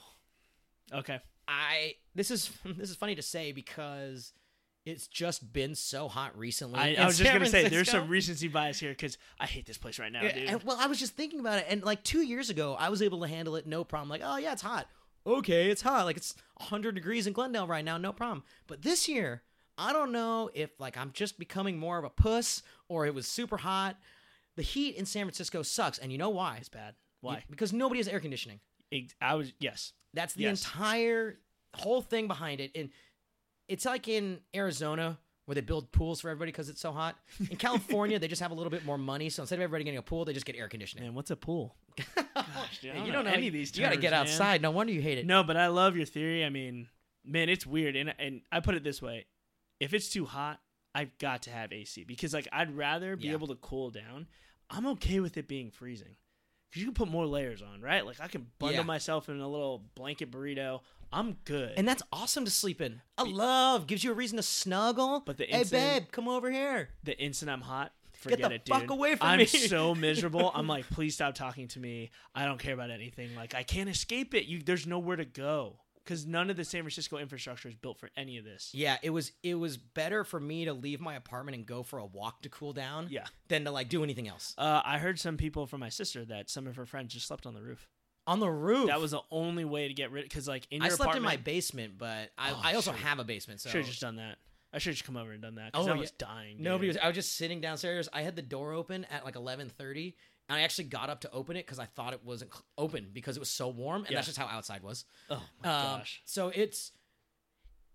S2: okay.
S1: I this is this is funny to say because it's just been so hot recently.
S2: I,
S1: in
S2: I was just
S1: San
S2: gonna say there's
S1: Francisco.
S2: some recency bias here because I hate this place right now, dude.
S1: Yeah, and- well, I was just thinking about it, and like two years ago, I was able to handle it no problem. Like, oh yeah, it's hot. Okay, it's hot. Like it's 100 degrees in Glendale right now, no problem. But this year, I don't know if like I'm just becoming more of a puss or it was super hot. The heat in San Francisco sucks, and you know why?
S2: it's bad. Why?
S1: Because nobody has air conditioning.
S2: Ex- I was yes.
S1: That's the
S2: Yes.
S1: entire whole thing behind it. And it's like in Arizona where they build pools for everybody because it's so hot. In California, they just have a little bit more money, so instead of everybody getting a pool, they just get air conditioning.
S2: Man, what's a pool? Gosh, dude, I
S1: you don't know
S2: any of these.
S1: You gotta
S2: terms,
S1: get
S2: man.
S1: outside. No wonder you hate it.
S2: No, but I love your theory. I mean, man, it's weird, and and I put it this way: if it's too hot, I've got to have AC because like I'd rather be
S1: Yeah.
S2: able to cool down. I'm okay with it being freezing because you can put more layers on, right? Like I can bundle
S1: Yeah.
S2: myself in a little blanket burrito. I'm good.
S1: And that's awesome to sleep in. I love gives you a reason to snuggle.
S2: But the
S1: hey,
S2: instant-
S1: babe, come over here.
S2: the instant I'm hot,
S1: Get
S2: forget
S1: the
S2: it, dude.
S1: fuck away from
S2: I'm
S1: me.
S2: so miserable. I'm like, please stop talking to me. I don't care about anything. Like I can't escape it. You, there's nowhere to go because none of the San Francisco infrastructure is built for any of this.
S1: Yeah, it was it was better for me to leave my apartment and go for a walk to cool down
S2: Yeah.
S1: than to like do anything else
S2: Uh, I heard some people from my sister that some of her friends just slept on the roof.
S1: on the roof.
S2: That was the only way to get rid. Because like in your
S1: I slept in my
S2: apartment,
S1: basement, but I,
S2: Oh,
S1: I also
S2: should've-
S1: have a basement. So
S2: should have just done that. I should have just come over and done that. Because
S1: Oh,
S2: I
S1: yeah.
S2: was dying. Dude.
S1: nobody was. I was just sitting downstairs. I had the door open at like eleven thirty. And I actually got up to open it because I thought it wasn't cl- open because it was so warm, and
S2: Yeah.
S1: that's just how outside was.
S2: Oh my
S1: Um,
S2: gosh.
S1: So it's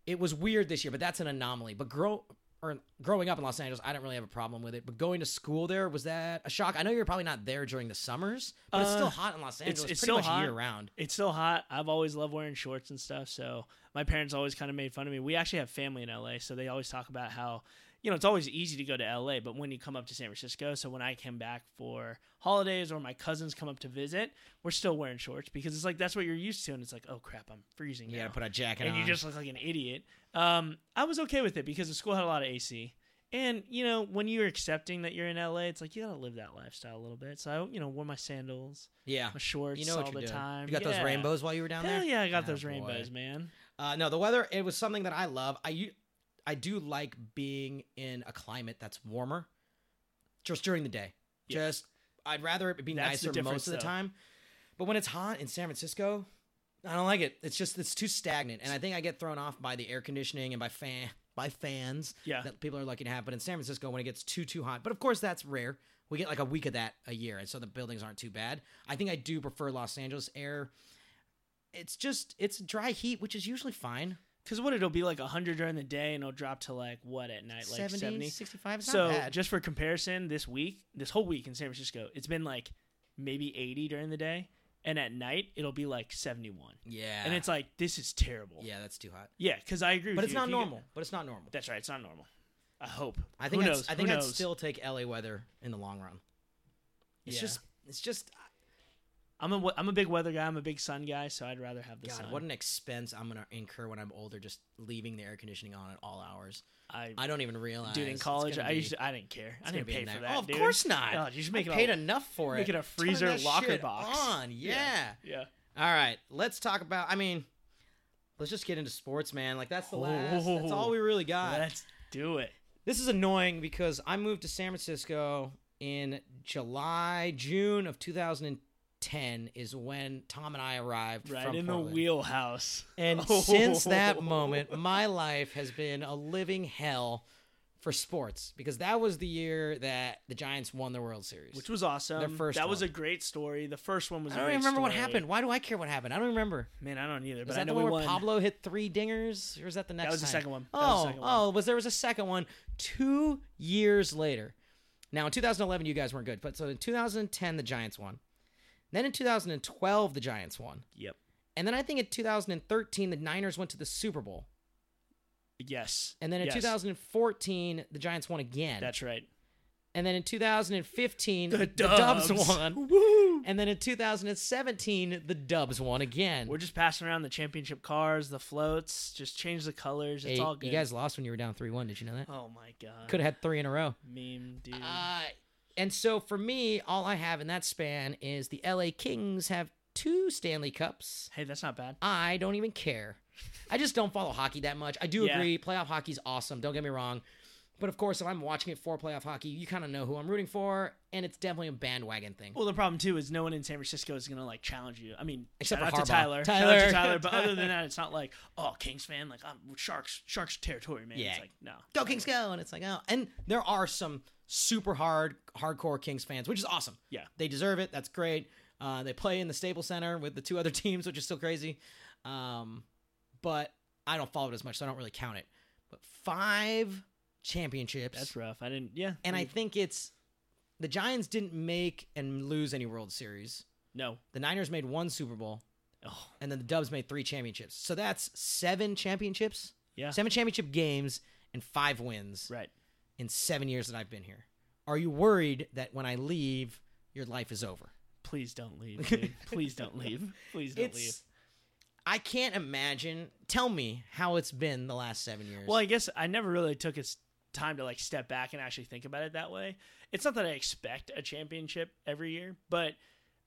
S1: it was weird this year, but that's an anomaly. But grow or growing up in Los Angeles, I didn't really have a problem with it. But going to school there was that a shock? I know you're probably not there during the summers, but it's
S2: Uh,
S1: still hot in Los Angeles.
S2: it's
S1: pretty
S2: still
S1: much
S2: hot.
S1: year round.
S2: It's still hot. I've always loved wearing shorts and stuff. So my parents always kind of made fun of me. We actually have family in LA, so they always talk about how you know it's always easy to go to LA, but when you come up to San Francisco, so when I came back for holidays or my cousins come up to visit, we're still wearing shorts because it's like that's what you're used to, and it's like oh crap, I'm freezing.
S1: You
S2: now.
S1: gotta put a jacket
S2: and
S1: on.
S2: you just look like an idiot. Um, I was okay with it because the school had a lot of AC. And you know, when you're accepting that you're in LA, it's like you gotta live that lifestyle a little bit. So I, you know, wore my sandals,
S1: yeah.
S2: my shorts
S1: You know what
S2: all
S1: you're
S2: the
S1: doing.
S2: time.
S1: You got
S2: Yeah.
S1: those rainbows while you were down
S2: Hell
S1: there.
S2: yeah, I got
S1: Ah,
S2: those
S1: boy.
S2: rainbows, man.
S1: Uh, no, the weather. It was something that I love. I u- I do like being in a climate that's warmer, just during the day.
S2: Yeah.
S1: Just I'd rather it be
S2: That's
S1: nicer
S2: the
S1: most
S2: difference,
S1: of the
S2: though.
S1: time. But when it's hot in San Francisco, I don't like it. It's just it's too stagnant, and I think I get thrown off by the air conditioning and by fan by fans
S2: Yeah.
S1: that people are lucky to have. But in San Francisco, when it gets too too hot, but of course that's rare. We get like a week of that a year, and so the buildings aren't too bad. I think I do prefer Los Angeles air. It's just it's dry heat, which is usually fine.
S2: Because what it'll be like 100 during the day and it'll drop to like what at night? Like
S1: 70,
S2: 70.
S1: 65 it's
S2: So
S1: not bad.
S2: just for comparison, this week, this whole week in San Francisco, it's been like maybe 80 during the day. And at night, it'll be like 71.
S1: yeah,
S2: And it's like, this is terrible.
S1: Ah. yeah, that's too hot.
S2: Yeah, because I agree with
S1: But it's
S2: you. If
S1: not
S2: you get-
S1: normal. But it's not normal.
S2: that's right. It's not normal. I hope.
S1: I think
S2: Who
S1: I'd-
S2: knows?
S1: I think
S2: Who
S1: I'd
S2: knows?
S1: still take LA weather in the long run. It's
S2: Yeah.
S1: just it's just
S2: I'm a, we- I'm a big weather guy. I'm a big sun guy, so I'd rather have the
S1: God,
S2: sun.
S1: what an expense I'm gonna incur when I'm older, just leaving the air conditioning on at all hours.
S2: I,
S1: I don't even realize.
S2: dude, in
S1: It's
S2: college,
S1: gonna
S2: I
S1: be-
S2: used to, I didn't care. I
S1: it's gonna
S2: didn't
S1: be
S2: pay
S1: a
S2: for
S1: night-
S2: that.
S1: Oh, of
S2: dude.
S1: course not.
S2: Oh, you should make
S1: I
S2: it
S1: paid
S2: all-
S1: enough for
S2: make
S1: it.
S2: it a
S1: Turn
S2: freezer
S1: that
S2: locker
S1: shit
S2: box.
S1: On, yeah.
S2: Yeah.
S1: All right, let's talk about. I mean, let's just get into sports, man. Like that's the last.
S2: Oh.
S1: That's all we really got.
S2: Let's do it.
S1: This is annoying because I moved to San Francisco in July, June of 2010 is when Tom and I arrived
S2: Right
S1: from
S2: in
S1: Portland.
S2: the wheelhouse.
S1: And
S2: Oh.
S1: since that moment, my life has been a living hell for sports because that was the year that the Giants won the World Series.
S2: which was awesome.
S1: Their first
S2: that was a
S1: one.
S2: great story. The first one was.
S1: I
S2: a
S1: don't
S2: great
S1: even remember what
S2: story.
S1: happened. Why do I care what happened? I don't remember.
S2: Man, I don't either.
S1: Was
S2: But I
S1: that the
S2: know
S1: one
S2: we
S1: where
S2: won.
S1: Pablo hit three dingers, or was that the next?
S2: was the
S1: time?
S2: second one. That
S1: Oh,
S2: was the second one.
S1: oh, was there was a second one two years later? Now in 2011, you guys weren't good, but so in 2010, the Giants won. Then in 2012, the Giants won,
S2: Yep.
S1: and then I think in 2013, the Niners went to the Super Bowl,
S2: Yes.
S1: and then in
S2: Yes.
S1: 2014, the Giants won again,
S2: That's right.
S1: and then in 2015,
S2: The Dubs.
S1: won,
S2: Woo!
S1: and then in 2017, the Dubs won again.
S2: We're just passing around the championship cars, the floats. Just change the colors. It's
S1: Hey,
S2: all good.
S1: You guys lost when you were down three one. Did you know that?
S2: Oh my god.
S1: Could have had three in a row.
S2: meme dude.
S1: Uh, and so for me, all I have in that span is the LA Kings have two Stanley Cups.
S2: hey, that's not bad.
S1: I don't even care. I just don't follow hockey that much. I do
S2: Yeah.
S1: agree, playoff hockey's awesome. Don't get me wrong. But of course, if I'm watching it for playoff hockey, you kind of know who I'm rooting for, and it's definitely a bandwagon thing.
S2: Well, the problem too is no one in San Francisco is gonna like challenge you. I mean,
S1: Except
S2: shout
S1: for
S2: out to
S1: Harbaugh.
S2: Tyler, Shout out to
S1: Tyler.
S2: Tyler. But other than that, it's not like oh, Kings fan, like I'm Sharks, Sharks territory, man. It's
S1: Yeah.
S2: like no,
S1: go Kings go, and it's like oh, and there are some super hard hardcore Kings fans, which is awesome.
S2: Yeah.
S1: they deserve it. That's great. Uh, they play in the Staples Center with the two other teams, which is still crazy. Um, but I don't follow it as much, so I don't really count it. But five championships,
S2: that's rough. I didn't. Yeah,
S1: and I
S2: we-
S1: think it's the Giants didn't make and lose any World Series.
S2: no.
S1: The Niners made one Super Bowl,
S2: Oh
S1: and then the Dubs made three championships. So that's seven championships,
S2: yeah,
S1: seven championship games, and five wins
S2: right.
S1: in seven years that I've been here. Are you worried that when I leave, your life is over?
S2: Please don't leave. Dude. Please don't leave. Please don't leave.
S1: It's. I can't imagine. Tell me how it's been the last seven years.
S2: Well, I guess I never really took its time to like step back and actually think about it that way. It's not that I expect a championship every year, but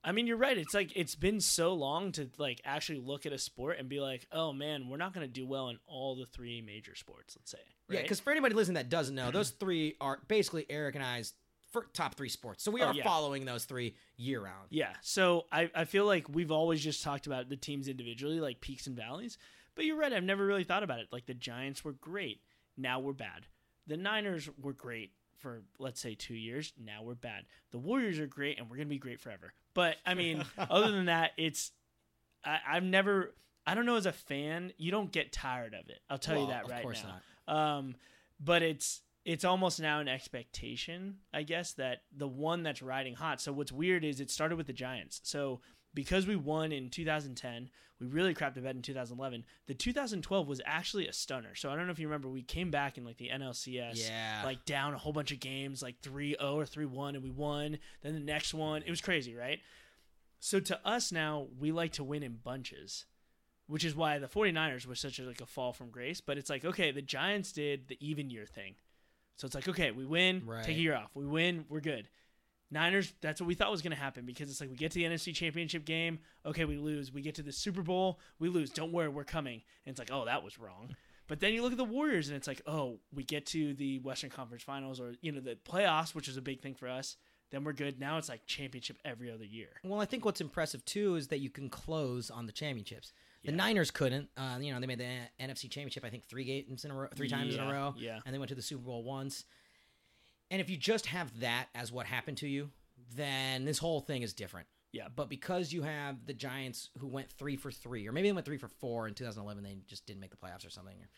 S2: I mean, you're right. It's like it's been so long to like actually look at a sport and be like, "Oh man, we're not going to do well in all the three major sports." Let's say,
S1: yeah,
S2: right?
S1: because for anybody listening that doesn't know, those three are basically Eric and I's fir- top three sports. So we
S2: Oh,
S1: are
S2: yeah.
S1: following those three year round.
S2: Yeah. So I, I feel like we've always just talked about the teams individually, like peaks and valleys. But you're right. I've never really thought about it. Like the Giants were great. Now we're bad. The Niners were great for, let's say, two years. Now we're bad. The Warriors are great and we're going to be great forever. But I mean, other than that, it's, I, I've never, I don't know, as a fan, you don't get tired of it. I'll tell
S1: Well,
S2: you that right
S1: Of course
S2: now.
S1: not.
S2: Um, but it's it's almost now an expectation, I guess, that the one that's riding hot. So what's weird is it started with the Giants. So because we won in 2010, we really crapped the bed in 2011. The 2012 was actually a stunner. So I don't know if you remember, we came back in like the NLCS,
S1: Yeah.
S2: like down a whole bunch of games, like 3-0 or 3-1, and we won. Then the next one, it was crazy, right? So to us now, we like to win in bunches, which is why the 49ers were such a, like a fall from grace. But it's like, okay, the Giants did the even year thing. So it's like, okay, we win,
S1: Right.
S2: take a year off. We win, we're good. Niners, that's what we thought was going to happen because it's like we get to the NFC Championship game, okay, we lose. We get to the Super Bowl, we lose. Don't worry, we're coming. And it's like, oh, that was wrong. But then you look at the Warriors and it's like, oh, we get to the Western Conference Finals or you know the playoffs, which is a big thing for us. Then we're good. Now it's like championship every other year.
S1: Well, I think what's impressive too is that you can close on the championships. The
S2: Yeah.
S1: Niners couldn't. Uh, you know, they made the N- NFC Championship I think three games in a row, three times in
S2: Yeah,
S1: a row.
S2: yeah.
S1: and they went to the Super Bowl once. And if you just have that as what happened to you, then this whole thing is different.
S2: Yeah.
S1: But because you have the Giants who went three for three, or maybe they went three for four in 2011, they just didn't make the playoffs or something. Or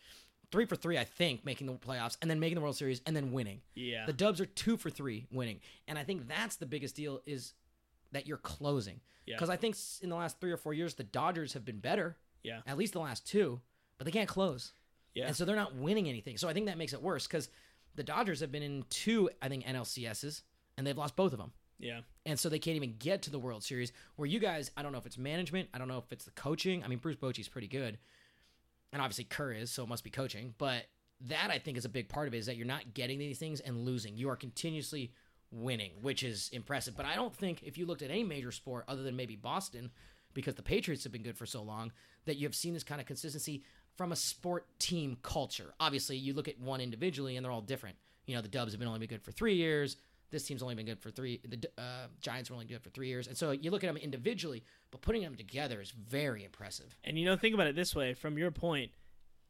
S1: three for three, I think, making the playoffs and then making the World Series and then winning.
S2: Yeah.
S1: The Dubs are two for three winning, and I think that's the biggest deal is that you're closing.
S2: Yeah.
S1: Because I think s- in the last three or four years, the Dodgers have been better.
S2: Yeah.
S1: At least the last two, but they can't close,
S2: yeah.
S1: and so they're not winning anything. So I think that makes it worse because the Dodgers have been in two, I think, NLCSs, and they've lost both of them.
S2: yeah.
S1: And so they can't even get to the World Series. Where you guys, I don't know if it's management, I don't know if it's the coaching. I mean, Bruce Bochy's pretty good, and obviously Kerr is, so it must be coaching. But that I think is a big part of it is that you're not getting these things and losing. You are continuously winning, which is impressive. But I don't think if you looked at any major sport other than maybe Boston, because the Patriots have been good for so long, that you have seen this kind of consistency from a sport team culture. Obviously, you look at one individually and they're all different. You know, the Dubs have been only been good for three years. This team's only been good for three. The uh, Giants were only good for three years, and so you look at them individually, but putting them together is very impressive.
S2: And you know, think about it this way: from your point,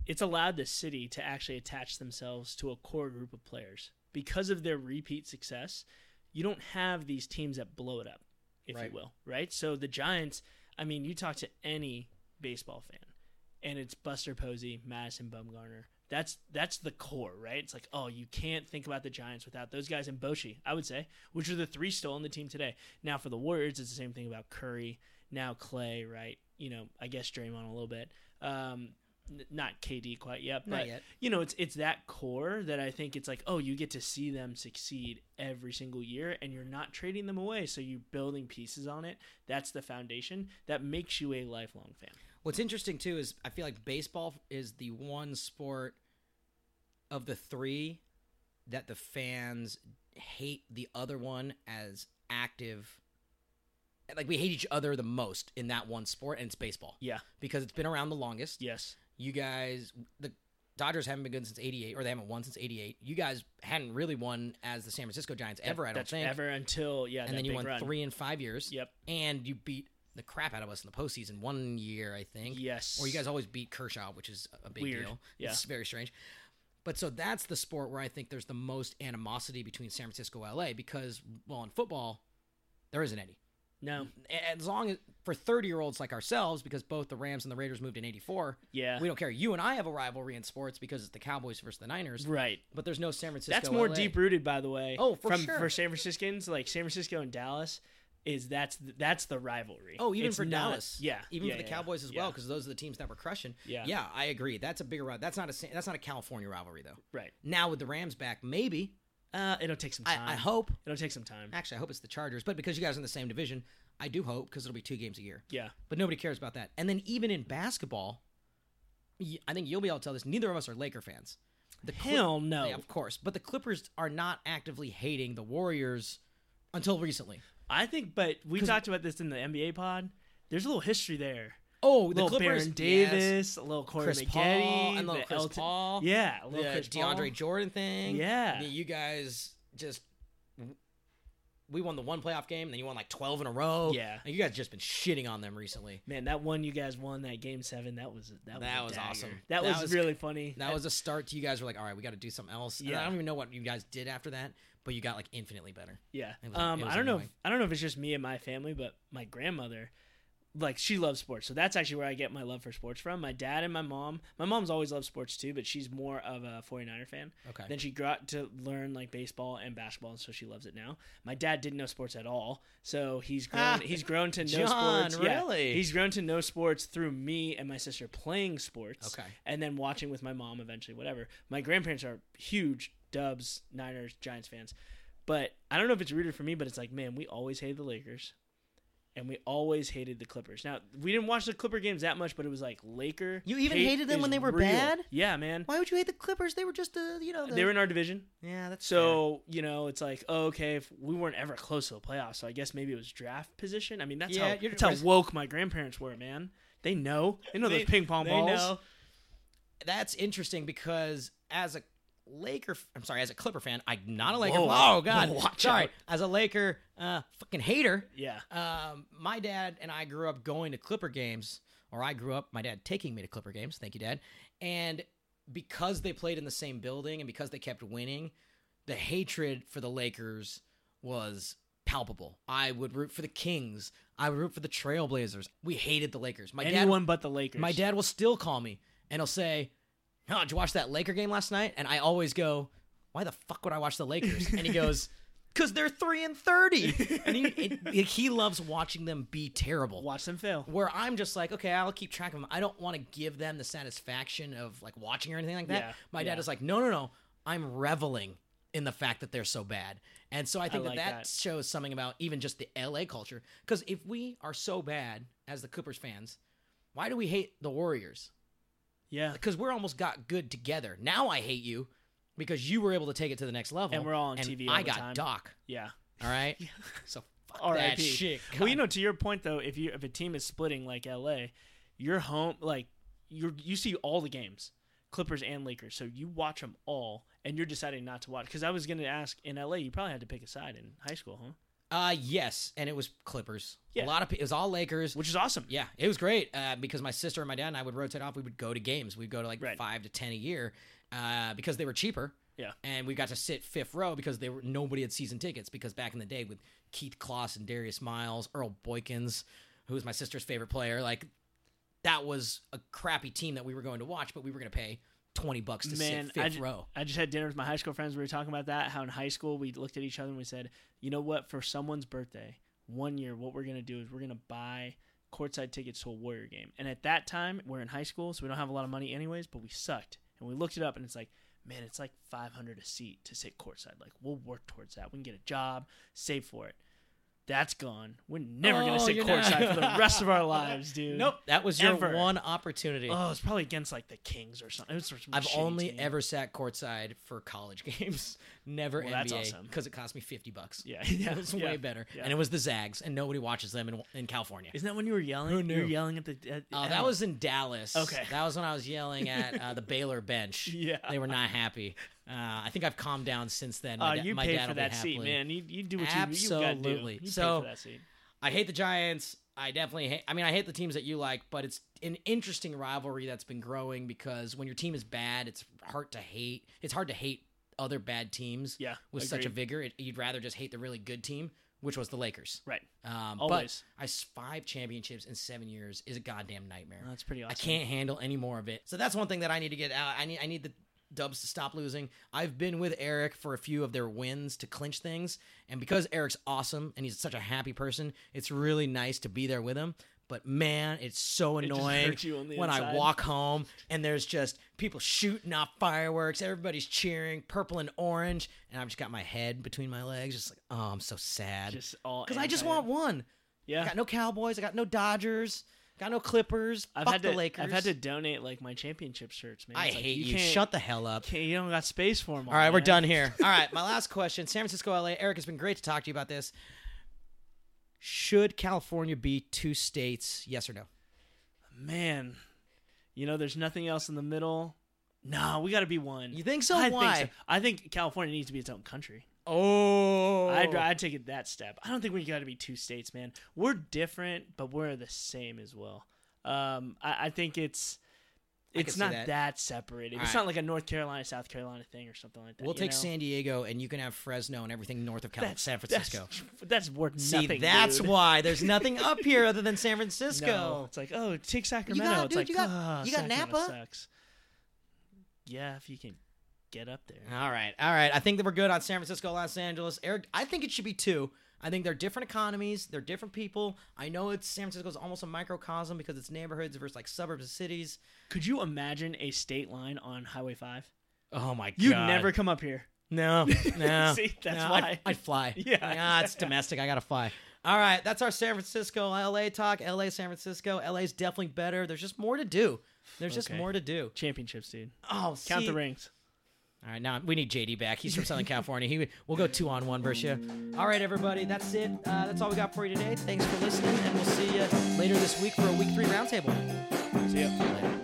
S2: it's allowed the city to actually attach themselves to a core group of players because of their repeat success. You don't have these teams that blow it up, if
S1: Right.
S2: you will, right? So the Giants, I mean, you talk to any baseball fan, and it's Buster Posey, Madison Bumgarner. That's that's the core, right? It's like, oh, you can't think about the Giants without those guys and Boshi, I would say, which are the three still on the team today. Now for the Warriors, it's the same thing about Curry, now Clay, right? You know, I guess Draymond a little bit. Um, n- not KD quite yet, but
S1: Not yet.
S2: you know, it's it's that core that I think it's like, oh, you get to see them succeed every single year, and you're not trading them away. So you're building pieces on it. That's the foundation that makes you a lifelong fan.
S1: What's interesting too is I feel like baseball is the one sport of the three that the fans hate the other one as active. Like we hate each other the most in that one sport, and it's baseball
S2: Yeah.
S1: because it's been around the longest.
S2: Yes.
S1: You guys, the Dodgers haven't been good since '88, or they haven't won since '88. You guys hadn't really won as the San Francisco Giants ever, I don't
S2: That's
S1: think.
S2: ever until yeah.
S1: and
S2: that
S1: then you
S2: big
S1: won
S2: run.
S1: three in five years.
S2: Yep.
S1: And you beat the crap out of us in the postseason one year, I think.
S2: Yes.
S1: Or you guys always beat Kershaw, which is a big
S2: Weird.
S1: deal.
S2: Yeah.
S1: It's very strange. But so that's the sport where I think there's the most animosity between San Francisco and LA because, well, in football, there isn't any.
S2: no.
S1: A- As long as for 30 year olds like ourselves, because both the Rams and the Raiders moved in 84,
S2: Yeah.
S1: we don't care. You and I have a rivalry in sports because it's the Cowboys versus the Niners,
S2: Right.
S1: but there's no San Francisco.
S2: That's more
S1: LA.
S2: deep rooted, by the way.
S1: Oh, for
S2: from,
S1: sure.
S2: For San Franciscans, like San Francisco and Dallas, is that's th- that's the rivalry.
S1: Oh, even
S2: It's
S1: for
S2: not-
S1: Dallas,
S2: Yeah.
S1: even
S2: yeah,
S1: for the
S2: yeah,
S1: Cowboys as
S2: yeah.
S1: well, because those are the teams that were crushing.
S2: Yeah.
S1: yeah, I agree. That's a bigger rival. That's not a San- that's not a California rivalry though.
S2: Right.
S1: Now with the Rams back, maybe
S2: Uh, it'll take some time.
S1: I, I hope.
S2: it'll take some time.
S1: Actually, I hope it's the Chargers, but because you guys are in the same division, I do hope because it'll be two games a year.
S2: Yeah.
S1: But nobody cares about that. And then even in basketball, y- I think you'll be able to tell this. Neither of us are Laker fans. The Clip-
S2: Hell no.
S1: Yeah, of course. But the Clippers are not actively hating the Warriors until recently.
S2: I think, but we talked about this in the NBA pod. There's a little history there.
S1: Oh,
S2: A
S1: the
S2: little
S1: Clippers,
S2: Baron
S1: yes.
S2: Davis, a little Corey
S1: Chris
S2: McGetty,
S1: Paul, and little
S2: the
S1: Chris
S2: Elton-
S1: Paul.
S2: Yeah, a
S1: the
S2: little Chris Paul.
S1: DeAndre Jordan thing.
S2: Yeah.
S1: I mean, you guys just we won the one playoff game, then you won like twelve in a row.
S2: Yeah.
S1: and you guys just been shitting on them recently.
S2: Man, that one you guys won that game seven. That was that,
S1: That was
S2: was, a dagger.
S1: awesome.
S2: That,
S1: That
S2: was,
S1: was-
S2: really funny.
S1: That was a start to you guys were like, all right, we got to do something else. And
S2: Yeah.
S1: I don't even know what you guys did after that, but you got like infinitely better.
S2: Yeah.
S1: It was-
S2: um,
S1: it was
S2: I don't know. If,
S1: annoying.
S2: I don't know if it's just me and my family, but my grandmother, like, she loves sports. So that's actually where I get my love for sports from. My dad and my mom. My mom's always loved sports too, but she's more of a 49er fan.
S1: Okay.
S2: Then she got to learn like baseball and basketball, and so she loves it now. My dad didn't know sports at all, so he's grown.
S1: Ah,
S2: he's grown to know
S1: John,
S2: sports. Yeah.
S1: really?
S2: he's grown to know sports through me and my sister playing sports.
S1: Okay.
S2: and then watching with my mom eventually. Whatever. My grandparents are huge Dubs, Niners, Giants fans, but I don't know if it's rooted for me, but it's like, man, we always hated the Lakers. And we always hated the Clippers. Now we didn't watch the Clipper games that much, but it was like Laker.
S1: You even
S2: hate
S1: hated them
S2: is
S1: when they were
S2: real.
S1: bad?
S2: Yeah, man.
S1: Why would you hate the Clippers? They were just the you know the,
S2: They were in our division.
S1: yeah. That's
S2: So you know, it's like, oh, okay, if we weren't ever close to the playoffs, so I guess maybe it was draft position. I mean, that's
S1: Yeah,
S2: how
S1: you're
S2: that's how
S1: right.
S2: woke my grandparents were, man. They know, they know
S1: They-
S2: those ping pong
S1: they
S2: balls.
S1: know. that's interesting because as a Laker, f- I'm sorry, as a Clipper fan, I'm not a Laker.
S2: Whoa.
S1: oh God,
S2: Whoa, watch
S1: sorry.
S2: out.
S1: As a Laker, uh, fucking hater.
S2: Yeah,
S1: Um, my dad and I grew up going to Clipper games, or I grew up my dad taking me to Clipper games. Thank you, Dad. And because they played in the same building and because they kept winning, the hatred for the Lakers was palpable. I would root for the Kings. I would root for the Trailblazers. We hated the Lakers. My dad
S2: anyone but the Lakers.
S1: my dad will still call me and he'll say, "Oh, did you watch that Laker game last night?" And I always go, "Why the fuck would I watch the Lakers?" And he goes, "Cause they're three and 30. and he it, like, he loves watching them be terrible.
S2: watch them fail.
S1: Where I'm just like, okay, I'll keep track of them. I don't want to give them the satisfaction of like watching or anything like that.
S2: Yeah,
S1: My dad
S2: yeah.
S1: is like, no, no, no. I'm reveling in the fact that they're so bad. And so I think that,
S2: like
S1: that
S2: that.
S1: shows something about even just the LA culture. Because if we are so bad as the Clippers fans, why do we hate the Warriors?
S2: Yeah,
S1: because we're almost got good together. Now I hate you because you were able to take it to the next level,
S2: And we're all on TV all
S1: I
S2: the
S1: got
S2: time.
S1: Doc.
S2: yeah.
S1: All right, so fuck that
S2: R.I.P.
S1: shit.
S2: Well, you know, to your point though, if you if a team is splitting like L.A., you're home like you you see all the games, Clippers and Lakers, so you watch them all, and you're deciding not to watch. Because I was going to ask in L.A., you probably had to pick a side in high school, huh?
S1: Uh, yes, and it was Clippers.
S2: Yeah.
S1: A lot of pe- it was all Lakers.
S2: which is awesome.
S1: Yeah, it was great uh, because my sister and my dad and I would rotate off. We would go to games. We'd go to like
S2: Right.
S1: five to ten a year uh, because they were cheaper.
S2: Yeah.
S1: and we got to sit fifth row because they were nobody had season tickets because back in the day with Keith Kloss and Darius Miles, Earl Boykins, who was my sister's favorite player, like that was a crappy team that we were going to watch, but we were going to pay twenty bucks to
S2: Man,
S1: sit fifth
S2: I ju-
S1: row.
S2: I just had dinner with my high school friends. We were talking about that. How in high school we looked at each other and we said, you know what? For someone's birthday, one year, what we're gonna do is we're gonna buy courtside tickets to a Warrior game. And at that time, we're in high school, so we don't have a lot of money anyways. But we sucked, and we looked it up, and it's like, man, it's like five hundred a seat to sit courtside. Like we'll work towards that. We can get a job, save for it. That's gone. We're never
S1: Oh,
S2: gonna sit
S1: you're not-
S2: courtside for the rest of our lives, dude.
S1: Nope, that was your
S2: Ever.
S1: one opportunity.
S2: Oh, it's probably against like the Kings or something. It was some
S1: I've
S2: shitty
S1: only
S2: team.
S1: ever sat courtside for college games, never
S2: Well,
S1: NBA,
S2: that's awesome.
S1: because it cost me fifty bucks.
S2: Yeah, yeah,
S1: it was
S2: yeah.
S1: way better,
S2: yeah.
S1: and it was the Zags, and nobody watches them in, in California.
S2: Isn't that when you were yelling?
S1: Who
S2: You
S1: knew?
S2: were yelling at the. At,
S1: Uh,
S2: at-
S1: that was in Dallas.
S2: Okay.
S1: that was when I was yelling at uh, the Baylor bench.
S2: Yeah.
S1: they were not happy. Uh, I think I've calmed down since then.
S2: Oh,
S1: My da-
S2: you
S1: my
S2: paid
S1: dad
S2: for
S1: will be
S2: that seat,
S1: happily-
S2: man. You, you do what you you gotta do.
S1: Absolutely.
S2: You paid
S1: So-
S2: for that seat.
S1: I hate the Giants. I definitely hate. I mean, I hate the teams that you like, but it's an interesting rivalry that's been growing because when your team is bad, it's hard to hate. It's hard to hate other bad teams
S2: Yeah,
S1: with such a
S2: agreed.
S1: vigor. It, you'd rather just hate the really good team, which was the Lakers.
S2: right.
S1: Um,
S2: Always.
S1: But I s- five championships in seven years is a goddamn nightmare.
S2: Well, Oh, that's pretty awesome.
S1: I can't handle any more of it. So that's one thing that I need to get out. I need I need the Dubs to stop losing. I've been with Eric for a few of their wins to clinch things, and because Eric's awesome and he's such a happy person, it's really nice to be there with him. But man, it's so
S2: just
S1: annoying
S2: hurts you on the
S1: when I
S2: inside.
S1: walk home and there's just people shooting off fireworks, everybody's cheering, purple and orange, and I've just got my head between my legs, just like, oh, I'm so sad.
S2: Just all
S1: Because I just
S2: anti-
S1: want one. I
S2: Yeah.
S1: got no Cowboys, I got no Dodgers, got no Clippers.
S2: I've
S1: fuck
S2: had
S1: the
S2: to.
S1: Lakers.
S2: I've had to donate like my championship shirts, man.
S1: I
S2: It's like,
S1: hate
S2: you.
S1: you.
S2: Can't,
S1: Shut the hell up.
S2: Can't, you don't got space for them.
S1: All right, we're done here. All right, my last question. San Francisco, LA. Eric, it's been great to talk to you about this. Should California be two states? Yes or no?
S2: Man, you know, there's nothing else in the middle. No, we got to be one.
S1: You think so?
S2: I
S1: Why?
S2: Think so. I think California needs to be its own country.
S1: Oh.
S2: I'd, I'd take it that step. I don't think we got to be two states, man. We're different, but we're the same as well. Um, I, I think it's
S1: I can
S2: it's
S1: see
S2: not
S1: that.
S2: that. separated.
S1: All
S2: it's
S1: right.
S2: not like a North Carolina South Carolina thing or something like that.
S1: We'll
S2: you
S1: take
S2: know?
S1: San Diego, and you can have Fresno and everything north of Cal-
S2: That's-
S1: San Francisco.
S2: That's, that's worth
S1: See,
S2: nothing.
S1: that's
S2: dude.
S1: why there's nothing up here other than San
S2: No,
S1: Francisco.
S2: it's like oh, take Sacramento. it's
S1: dude,
S2: like
S1: you got-
S2: ah,
S1: you got
S2: Sacramento
S1: Napa?
S2: Sucks. Yeah, if you can get up there.
S1: All right, all right. I think that we're good on San Francisco, Los Angeles. Eric, I think it should be two. I think they're different economies. They're different people. I know it's San Francisco's almost a microcosm because it's neighborhoods versus like suburbs of cities.
S2: Could you imagine a state line on Highway Five?
S1: Oh my
S2: You'd
S1: god!
S2: never come up here.
S1: No, no.
S2: See, that's
S1: no, I'd,
S2: why.
S1: I'd fly.
S2: Yeah.
S1: Nah, it's domestic. I gotta fly. All right, that's our San Francisco, LA talk. LA, San Francisco. LA's definitely better. There's just more to do. There's just
S2: Okay.
S1: more to do.
S2: Championships, dude.
S1: Oh,
S2: Count
S1: see-
S2: the rings.
S1: All right, now we need JD back. He's from Southern California. He we'll go two on one versus you. All right, everybody, that's it. Uh, that's all we got for you today. Thanks for listening, and we'll see you later this week for a week three roundtable.
S2: See ya.
S1: Later.